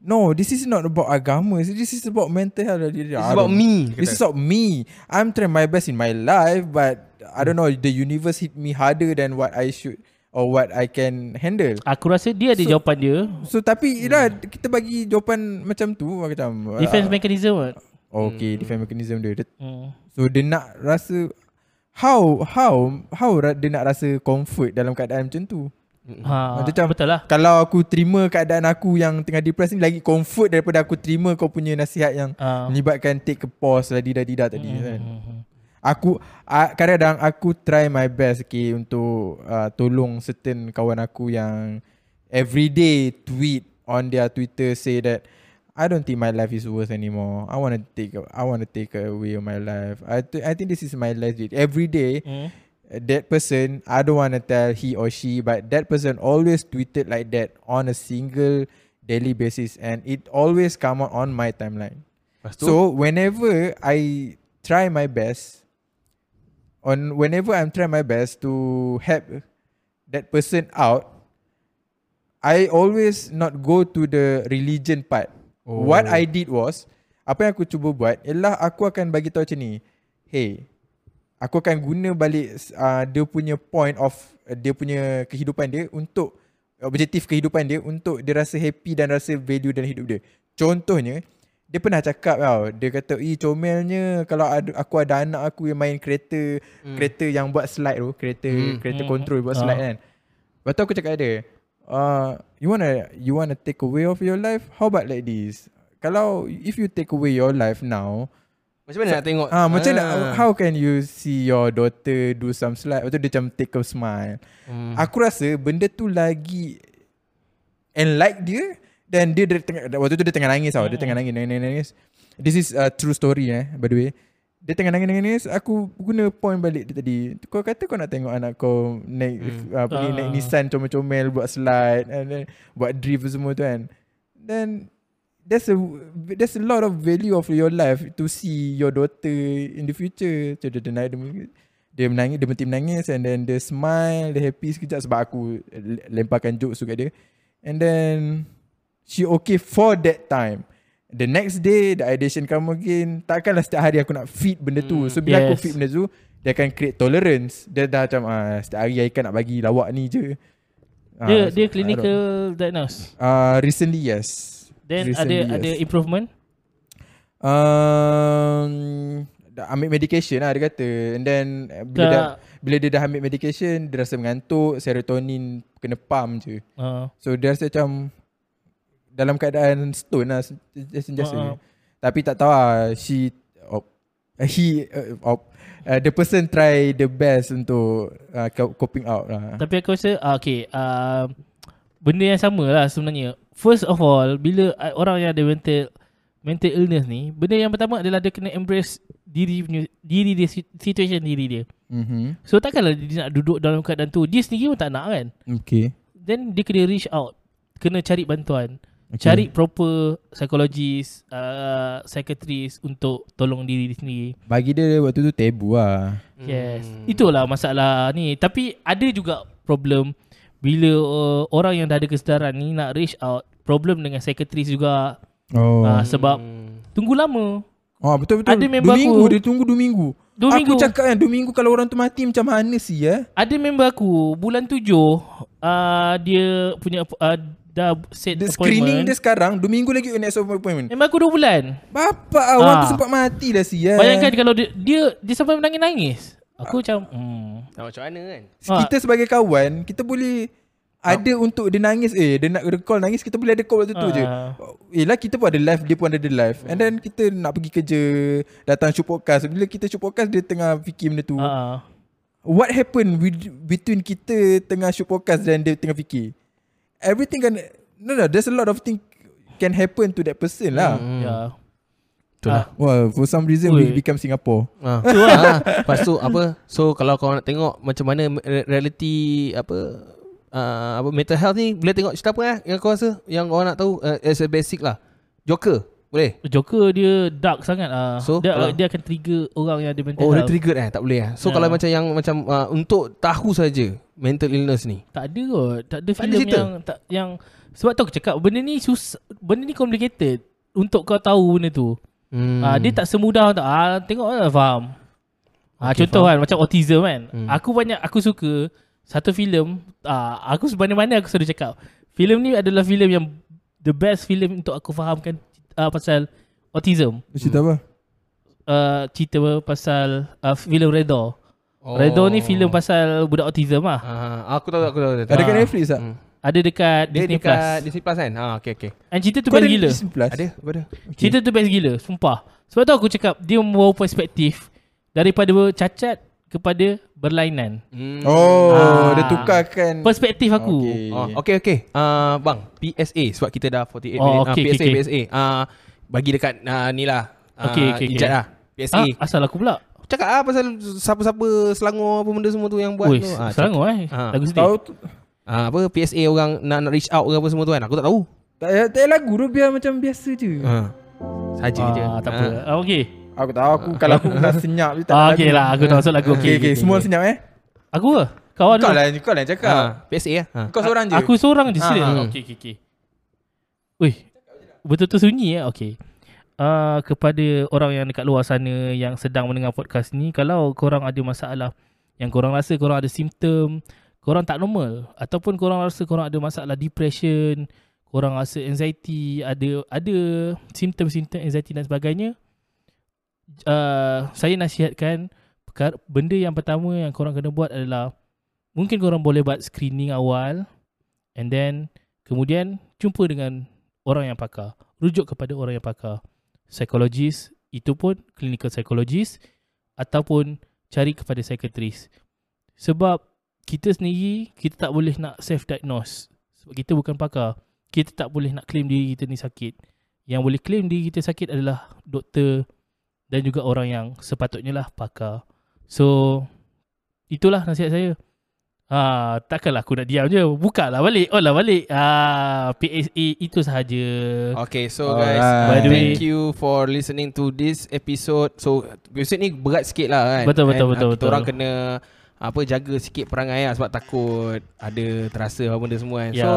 S4: No, this is not about agama. This is about mental health. This
S1: It's about me,
S4: This is about me. I'm trying my best in my life, but I don't know. The universe hit me harder than what I should or what I can handle.
S3: aku rasa dia ada
S4: So-
S3: jawapan dia.
S4: So tapi dah kita bagi jawapan macam tu macam
S3: Defense
S4: ah,
S3: mechanism. kan? kot.
S4: okay defense mechanism dia. dia
S3: Hmm.
S4: So dia nak rasa How How How ra- dia nak rasa comfort Dalam keadaan macam tu
S3: Ha,
S4: Macam-
S3: betul lah.
S4: Kalau aku terima keadaan aku Yang tengah depressed ni Lagi comfort daripada aku terima Kau punya nasihat yang
S3: Ah. Hmm,
S4: Melibatkan take a pause Ladi dah tidak tadi kan Aku ah, Kadang-kadang aku try my best okay, Untuk uh, Tolong certain kawan aku yang Everyday tweet On their Twitter Say that I don't think my life is worse anymore. I want to take a- I want to take away my life. I th- I think this is my life. Every day
S3: Hmm.
S4: that person I don't want to tell he or she but that person always tweeted like that on a single daily basis and it always come out on my timeline so whenever I try my best on whenever I'm trying my best to help that person out I always not go to the religion part what I did was apa yang aku cuba buat ialah aku akan bagi tahu macam ni hey aku akan guna balik uh, dia punya point of uh, dia punya kehidupan dia untuk objektif kehidupan dia untuk dia rasa happy dan rasa value dalam hidup dia. Contohnya, dia pernah cakap tau, dia kata, "Ih, comelnya kalau ada, aku ada anak aku yang main kereta, hmm. kereta yang buat slide tu, kereta hmm. kereta kontrol buat slide kan." Lepas tu aku cakap dia, uh, you wanna you wanna take away of your life? How about like this? Kalau if you take away your life now,
S1: macam mana nak tengok
S4: Ah, macam nak, how can you see your daughter do some slide? Lepas tu dia macam take a smile. Hmm. Aku rasa benda tu lagi enlight dia dan dia dari tengah waktu tu dia tengah nangis tau. Dia tengah nangis, nangis, nangis, nangis. This is a true story eh by the way. Dia tengah nangis, nangis, nangis. Aku guna point balik dia tadi. Kau kata kau nak tengok anak kau naik hmm. apa ni,
S3: Ah.
S4: naik Nissan comel-comel buat slide and then buat drift semua tu kan. Then there's a there's a lot of value of your life to see your daughter in the future. So, dia, dia, naik, dia, men- dia menangis, dia berhenti menangis and then dia smile, dia happy sekejap sebab aku le- lemparkan jokes tu kat dia. And then she okay for that time. The next day the ideation come again. Takkanlah setiap hari aku nak feed benda tu. So bila yes. aku
S3: Hmm, Yes.
S4: feed benda tu, dia akan create tolerance. Dia dah macam ah, setiap hari Aikan nak bagi lawak ni je. Ah, so, I
S3: Dia dia
S4: don't know.
S3: clinical diagnose.
S4: Ah, recently yes.
S3: Then ada
S4: Recently,
S3: ada
S4: yes.
S3: improvement.
S4: Um, dah ambil medication lah dia kata and then eh, bila
S3: Tak.
S4: dah, bila dia dah ambil medication dia rasa mengantuk serotonin kena pump je
S3: Uh,
S4: so dia rasa macam dalam keadaan stone lah sen- sen- senjasa
S3: Ah, ah.
S4: tapi tak tahu lah she oh, uh, he uh, op, uh, the person try the best untuk uh, co- coping out lah.
S3: Tapi aku rasa ah, Okay ah, Benda yang sama lah sebenarnya First of all Bila ah, orang yang ada mental Mental illness ni Benda yang pertama adalah Dia kena embrace Diri punya Diri dia si- Situation diri dia
S4: Mhm.
S3: So takkanlah dia nak duduk dalam keadaan tu Dia sendiri pun tak nak kan
S4: Okay.
S3: Then dia kena reach out Kena cari bantuan okay. Cari proper Psychologist uh, Psychiatrist Untuk tolong diri dia sendiri
S4: Bagi dia waktu tu tabu lah.
S3: Yes.
S1: Hmm.
S3: Itulah masalah ni. Tapi ada juga problem bila uh, orang yang dah ada kesedaran ni nak reach out problem dengan secretaries juga
S4: Oh.
S3: oh.
S1: Hmm.
S3: uh, sebab tunggu lama.
S4: Oh betul betul.
S3: Ada
S4: dua
S3: member
S4: minggu
S3: aku-
S4: dia tunggu dua minggu.
S3: Dua
S4: aku
S3: minggu.
S4: cakap kan dua minggu kalau orang tu mati macam mana sih ya?
S3: Ada member aku bulan tujuh uh, dia punya uh, dah set
S4: The screening
S3: appointment.
S4: dia sekarang dua minggu lagi next appointment.
S3: member aku dua bulan.
S4: Bapak ah. orang
S3: Ah.
S4: tu sempat mati dah sih ya.
S3: Bayangkan kalau dia dia, dia sampai menangis-nangis.
S1: Ah.
S3: Aku macam hmm.
S5: Tak macam mana kan
S3: ha.
S4: kita sebagai kawan kita boleh ada untuk dia nangis eh dia nak dia call nangis kita boleh ada call waktu tu
S3: Ah.
S4: je. Eh lah kita pun ada live dia pun ada dia live. And then kita nak pergi kerja datang shoot podcast. Bila kita shoot podcast dia tengah fikir benda tu.
S3: Uh,
S4: What happened with, between kita tengah shoot podcast dan dia tengah fikir? Everything kan no no there's a lot of thing can happen to that person lah.
S3: hmm. yeah.
S1: lah.
S3: Ah,
S4: Wah, for some reason
S3: Ui.
S4: we become Singapore.
S1: Ha.
S4: Ah.
S1: ha. Lepas tu apa So kalau kau nak tengok Macam mana re- reality Apa uh, apa Mental health ni Boleh tengok cerita apa eh Yang kau rasa Yang orang nak tahu uh, As a basic lah Joker Boleh
S3: Joker dia dark sangat ah.
S1: So,
S3: dia
S1: kalau-
S3: dia akan trigger orang yang ada mental
S1: Oh dia
S3: health.
S1: triggered eh Tak boleh eh So
S3: Ya.
S1: kalau macam yang Macam uh, untuk tahu saja Mental illness ni
S3: Tak ada kot. Tak
S1: Tak ada
S3: ada filem
S1: cerita?
S3: yang tak yang sebab tu aku cakap benda ni sus benda ni complicated untuk kau tahu benda tu.
S1: hmm.
S3: Hmm. dia tak semudah tak. Ah tengok lah faham. Ah contoh kan macam autism kan. Aku banyak aku suka satu filem ah aku sebenarnya-mana aku selalu cakap. Filem ni adalah filem yang the best filem untuk aku fahamkan ah, pasal autism.
S4: Cerita apa?
S3: Uh, cerita pasal uh, filem Redor. Oh. Redor ni filem pasal budak autism lah.
S1: Ah, aku tahu aku tahu, aku tahu.
S4: Ada kat Netflix tak?
S3: Ada kan dekat
S1: Dia
S3: Disney
S1: Disney dekat Plus.
S3: Plus. Ah,
S1: Disney Plus kan? Ha okey okey.
S3: And cerita tu
S4: Kau
S3: best
S4: ada
S3: gila.
S4: Disney Plus?
S1: Ada, aku ada.
S3: Okay. Cerita tu best gila, sumpah. Sebab tu aku cakap dia membawa perspektif daripada cacat kepada berlainan.
S1: Hmm.
S4: Oh,
S3: Ah.
S4: dia tukarkan.
S3: Perspektif aku. Okay.
S1: Oh, okey okey. Ah bang, PSA sebab kita dah 48
S3: Oh,
S1: minit. Ah,
S3: okey,
S1: PSA
S3: okey, okey.
S1: PSA. Ah bagi dekat ah, ni lah. Ah,
S3: Okey, okey,
S1: Ijat
S3: okey.
S1: lah. PSA.
S3: Ah, asal aku pula.
S1: Cakap ah pasal siapa-siapa Selangor apa benda semua tu yang buat
S3: Woi,
S1: tu. Ah, cakap.
S3: Selangor eh.
S1: Ah.
S3: Lagu
S4: Tahu
S3: sedih.
S4: tu-
S1: Ah apa PSA orang nak, nak reach out ke apa semua tu kan. Aku tak tahu.
S4: tak payah, tak payah lagu tu biar macam biasa je.
S1: Ha. Saja je.
S3: Ah, tak apa. Ah, okey.
S4: Hmm. Aku tahu aku kalau aku nak senyap je tak ada
S3: Ah, okey
S4: lagu.
S3: lah, aku tahu maksud lagu.
S4: Okey okey,
S3: Okey, okey,
S4: semua
S3: okey.
S4: senyap eh.
S3: Aku ke? Kau ada.
S4: Kau lah kau lah yang
S1: Ha.
S4: cakap.
S1: PSA lah. Ha.
S4: Kau seorang je.
S3: Ah. Aku seorang je
S4: Ah,
S3: serius.
S1: ah.
S3: Okey okey okey. Weh. Betul-betul sunyi eh. Okey. Uh, kepada orang yang dekat luar sana yang sedang mendengar podcast ni kalau korang ada masalah yang korang rasa korang ada simptom korang tak normal ataupun korang rasa korang ada masalah depression korang rasa anxiety ada ada simptom-simptom anxiety dan sebagainya uh, saya nasihatkan perkara, benda yang pertama yang korang kena buat adalah mungkin korang boleh buat screening awal and then kemudian jumpa dengan orang yang pakar rujuk kepada orang yang pakar psikologis itu pun clinical psychologist ataupun cari kepada psychiatrist sebab kita sendiri kita tak boleh nak self diagnose sebab kita bukan pakar kita tak boleh nak claim diri kita ni sakit yang boleh claim diri kita sakit adalah doktor dan juga orang yang sepatutnya lah pakar so itulah nasihat saya Ah, takkanlah aku nak diam je. Bukalah balik. Oh lah balik. Ah, PSA itu sahaja.
S1: Okay so guys
S4: Alright.
S3: By the way-
S1: Thank you for listening to this episode So episode ni berat sikit lah kan
S3: Betul,
S1: And,
S3: betul, betul,
S1: ah, Kita
S3: betul.
S1: orang kena apa jaga sikit perangai lah sebab takut ada terasa apa benda semua kan. So
S3: Ya.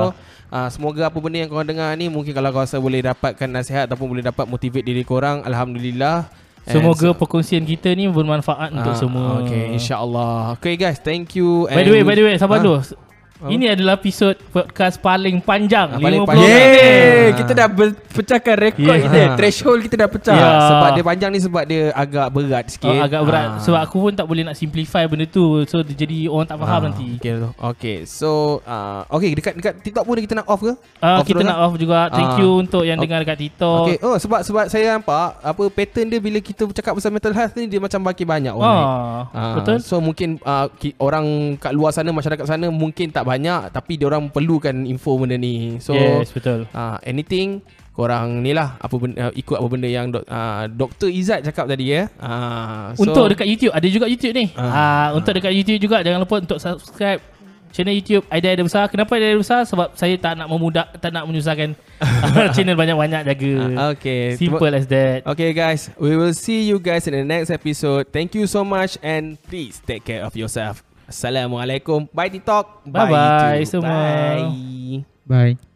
S1: uh, semoga apa benda yang korang dengar ni mungkin kalau kau rasa boleh dapatkan nasihat ataupun boleh dapat motivate diri korang alhamdulillah. And
S3: Semoga perkongsian kita ni bermanfaat
S1: ah,
S3: untuk semua.
S1: Okay insyaallah. Okay guys thank you
S3: By the way, by the way, sabar
S1: Ah.
S3: dulu. Ini adalah episod podcast paling
S1: Ah,
S3: panjang ah,
S1: paling
S3: 50
S1: panjang.
S3: minit. Ah.
S4: Yeay, kita dah ber- pecahkan rekod
S3: Yeah.
S4: yeah. kita. Threshold kita dah pecah.
S3: Yeah.
S4: Yeah.
S1: Sebab dia panjang ni sebab dia agak berat sikit.
S3: Oh, agak berat
S1: Ah.
S3: sebab aku pun tak boleh nak simplify benda tu so dia jadi orang tak faham nanti.
S1: Ah, Okay, tu. okay so uh, okay dekat dekat TikTok pun kita nak off ke?
S3: Ah
S1: Off
S3: kita
S1: terus
S3: nak off juga. Thank
S1: Ah.
S3: you untuk yang
S1: Oh.
S3: dengar dekat
S1: Okay.
S3: TikTok.
S1: Oh sebab sebab saya nampak apa pattern dia bila kita cakap pasal mental health ni dia macam makin banyak orang. naik.
S3: Ah,
S1: Ah,
S3: betul?
S1: So mungkin uh, ki, orang kat luar sana masyarakat sana mungkin tak banyak tapi dia orang perlukan info benda ni. So
S3: yes, betul.
S1: uh, anything korang ni lah apa benda, uh, ikut apa benda yang dok, uh, Dr Izzat cakap tadi ya. Uh,
S3: So, untuk dekat YouTube ada juga YouTube ni. Ah, untuk dekat YouTube juga jangan lupa untuk subscribe channel YouTube Idea Idea Besar. Kenapa Idea Idea Besar? Sebab saya tak nak memudah tak nak menyusahkan channel banyak-banyak jaga.
S1: ah, okay.
S3: Simple as that.
S1: Okay guys, we will see you guys in the next episode. Thank you so much and please take care of yourself. Assalamualaikum. Bye TikTok.
S3: Bye-bye
S1: YouTube.
S3: semua.
S1: Bye.
S4: Bye.